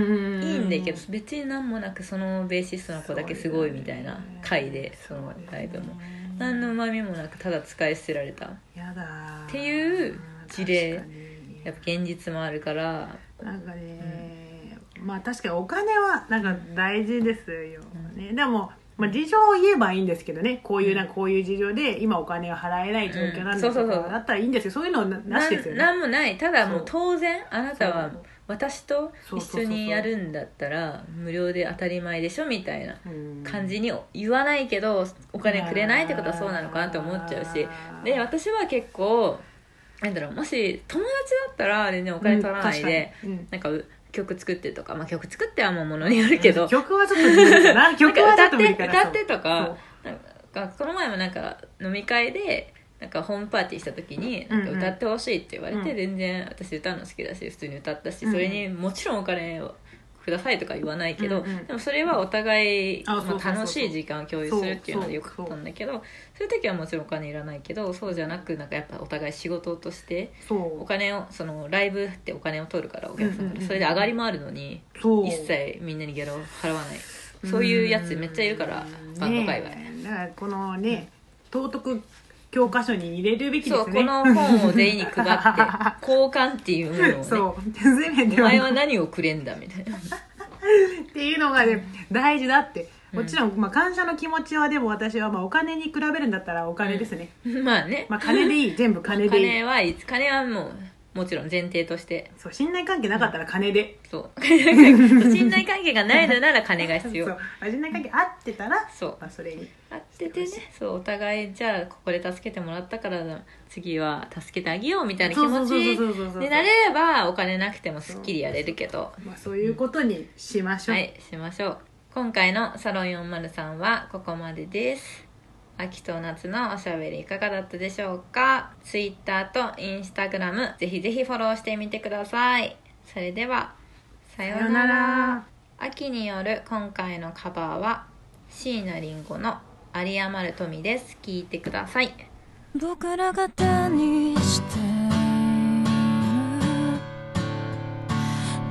[SPEAKER 1] ん
[SPEAKER 2] ん
[SPEAKER 1] だけど別に何もなくそのベーシストの子だけすごいみたいな回でそのライブも何のうまみもなくただ使い捨てられた
[SPEAKER 2] やだ
[SPEAKER 1] っていう事例
[SPEAKER 2] 確かに
[SPEAKER 1] やっぱ現実もあるから
[SPEAKER 2] なんかね、まあ確かにお金はなんか大事ですよね、でも、まあ、事情を言えばいいんですけどねこういう、
[SPEAKER 1] うん
[SPEAKER 2] なんかこういう事情で今お金が払えない状況なんだ
[SPEAKER 1] うん
[SPEAKER 2] と
[SPEAKER 1] そうそう
[SPEAKER 2] か
[SPEAKER 1] そう
[SPEAKER 2] だったらいいんですよそういうのなな
[SPEAKER 1] な
[SPEAKER 2] し
[SPEAKER 1] ん
[SPEAKER 2] ですよね
[SPEAKER 1] なんもないただもう
[SPEAKER 2] そう
[SPEAKER 1] 当然あなたは
[SPEAKER 2] そう
[SPEAKER 1] 私と
[SPEAKER 2] そうそうそ
[SPEAKER 1] 一
[SPEAKER 2] う
[SPEAKER 1] 緒にやるんだったら無料で当たり前でしょみたいな
[SPEAKER 2] うん
[SPEAKER 1] 感じに言わないけどお金くれないってことはそうなのかなって思っちゃうしで私は結構なんだろうもし友達だったら全然お金取らないで。、
[SPEAKER 2] うん確かにうん
[SPEAKER 1] なんかう曲作ってとか、まあ、曲作ってはもうものによるけど、
[SPEAKER 2] 曲はちょっと無理かな曲はちょ
[SPEAKER 1] な
[SPEAKER 2] っ
[SPEAKER 1] んか
[SPEAKER 2] と無
[SPEAKER 1] 歌
[SPEAKER 2] 理
[SPEAKER 1] っ
[SPEAKER 2] か
[SPEAKER 1] て
[SPEAKER 2] な
[SPEAKER 1] 歌ってと
[SPEAKER 2] そう
[SPEAKER 1] かなんかこの前もなんか飲み会でなんかホームパーティーした時になんか
[SPEAKER 2] うんうん
[SPEAKER 1] 歌ってほしいって言われて、
[SPEAKER 2] うん
[SPEAKER 1] 全然私歌うの好きだし普通に歌ったし
[SPEAKER 2] うん
[SPEAKER 1] それにもちろんお金をくださいとか言わないけど、
[SPEAKER 2] うんうん
[SPEAKER 1] でもそれはお互い
[SPEAKER 2] あそうそうそう
[SPEAKER 1] ま
[SPEAKER 2] そ
[SPEAKER 1] あ、
[SPEAKER 2] う
[SPEAKER 1] 楽しい時間を共有するっていうのでよかったんだけどそういう時はもちろんお金いらないけどそうじゃなくなんかやっぱお互い仕事としてお
[SPEAKER 2] そ
[SPEAKER 1] 金をそのライブってお金を取るからお客さん
[SPEAKER 2] うんうん
[SPEAKER 1] か
[SPEAKER 2] う
[SPEAKER 1] ら
[SPEAKER 2] ん
[SPEAKER 1] それで上がり回るのに
[SPEAKER 2] うそう
[SPEAKER 1] 一切みんなにギャラを払わないそういうやつめっちゃいるから
[SPEAKER 2] うん
[SPEAKER 1] バンド界隈。
[SPEAKER 2] ねえだからこのね道徳教科書に入れるべきで
[SPEAKER 1] そう、
[SPEAKER 2] すね
[SPEAKER 1] この本を全員に配って
[SPEAKER 2] <laughs>
[SPEAKER 1] 交換っていうものをね
[SPEAKER 2] そう手詰め
[SPEAKER 1] お
[SPEAKER 2] ては
[SPEAKER 1] 前は何をくれんだみたいな <laughs>
[SPEAKER 2] っていうのがね大事だって
[SPEAKER 1] うん
[SPEAKER 2] もちろん、まあ、感謝の気持ちはでも私はまあお金に比べるんだったらお金ですね、
[SPEAKER 1] まあね、
[SPEAKER 2] まあ金でい
[SPEAKER 1] <laughs>
[SPEAKER 2] い全部金でいい
[SPEAKER 1] 金はいい金はもうもちろん前提として
[SPEAKER 2] そう信頼関係なかったら金で、
[SPEAKER 1] そう <laughs> 信頼関係がないのなら金が
[SPEAKER 2] <laughs>
[SPEAKER 1] 必
[SPEAKER 2] そ
[SPEAKER 1] 要
[SPEAKER 2] うまあ信頼関係あってたら、
[SPEAKER 1] そう
[SPEAKER 2] まあ、それに
[SPEAKER 1] あっててねそうお互いじゃあここで助けてもらったから次は助けてあげようみたいな気持ち
[SPEAKER 2] そうそうそうそうそうそう
[SPEAKER 1] になれればお金なくてもすっきりやれるけど
[SPEAKER 2] まあ、そういうことにしましょう、
[SPEAKER 1] はいしましょう今回の「サロン403」はここまでです秋と夏のおしゃべりいかがだったでしょうか Twitter と Instagram ぜひぜひフォローしてみてくださいそれではさよ
[SPEAKER 2] さよ
[SPEAKER 1] うな
[SPEAKER 2] うな
[SPEAKER 1] ら
[SPEAKER 2] ら
[SPEAKER 1] 秋による今回のカバーは椎名林檎の「有り余る富」です聞いてください
[SPEAKER 3] 僕らが手にしている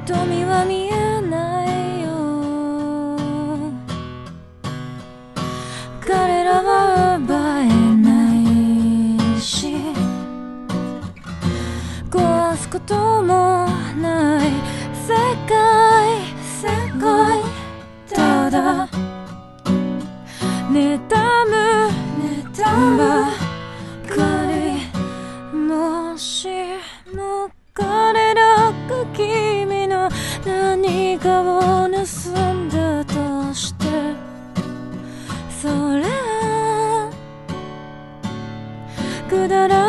[SPEAKER 3] 富は見えないよ彼らは奪えないし壊すこともない世界世界ただ妬む妬む彼もしも彼らが君の何かを盗んだとしてそれはくだら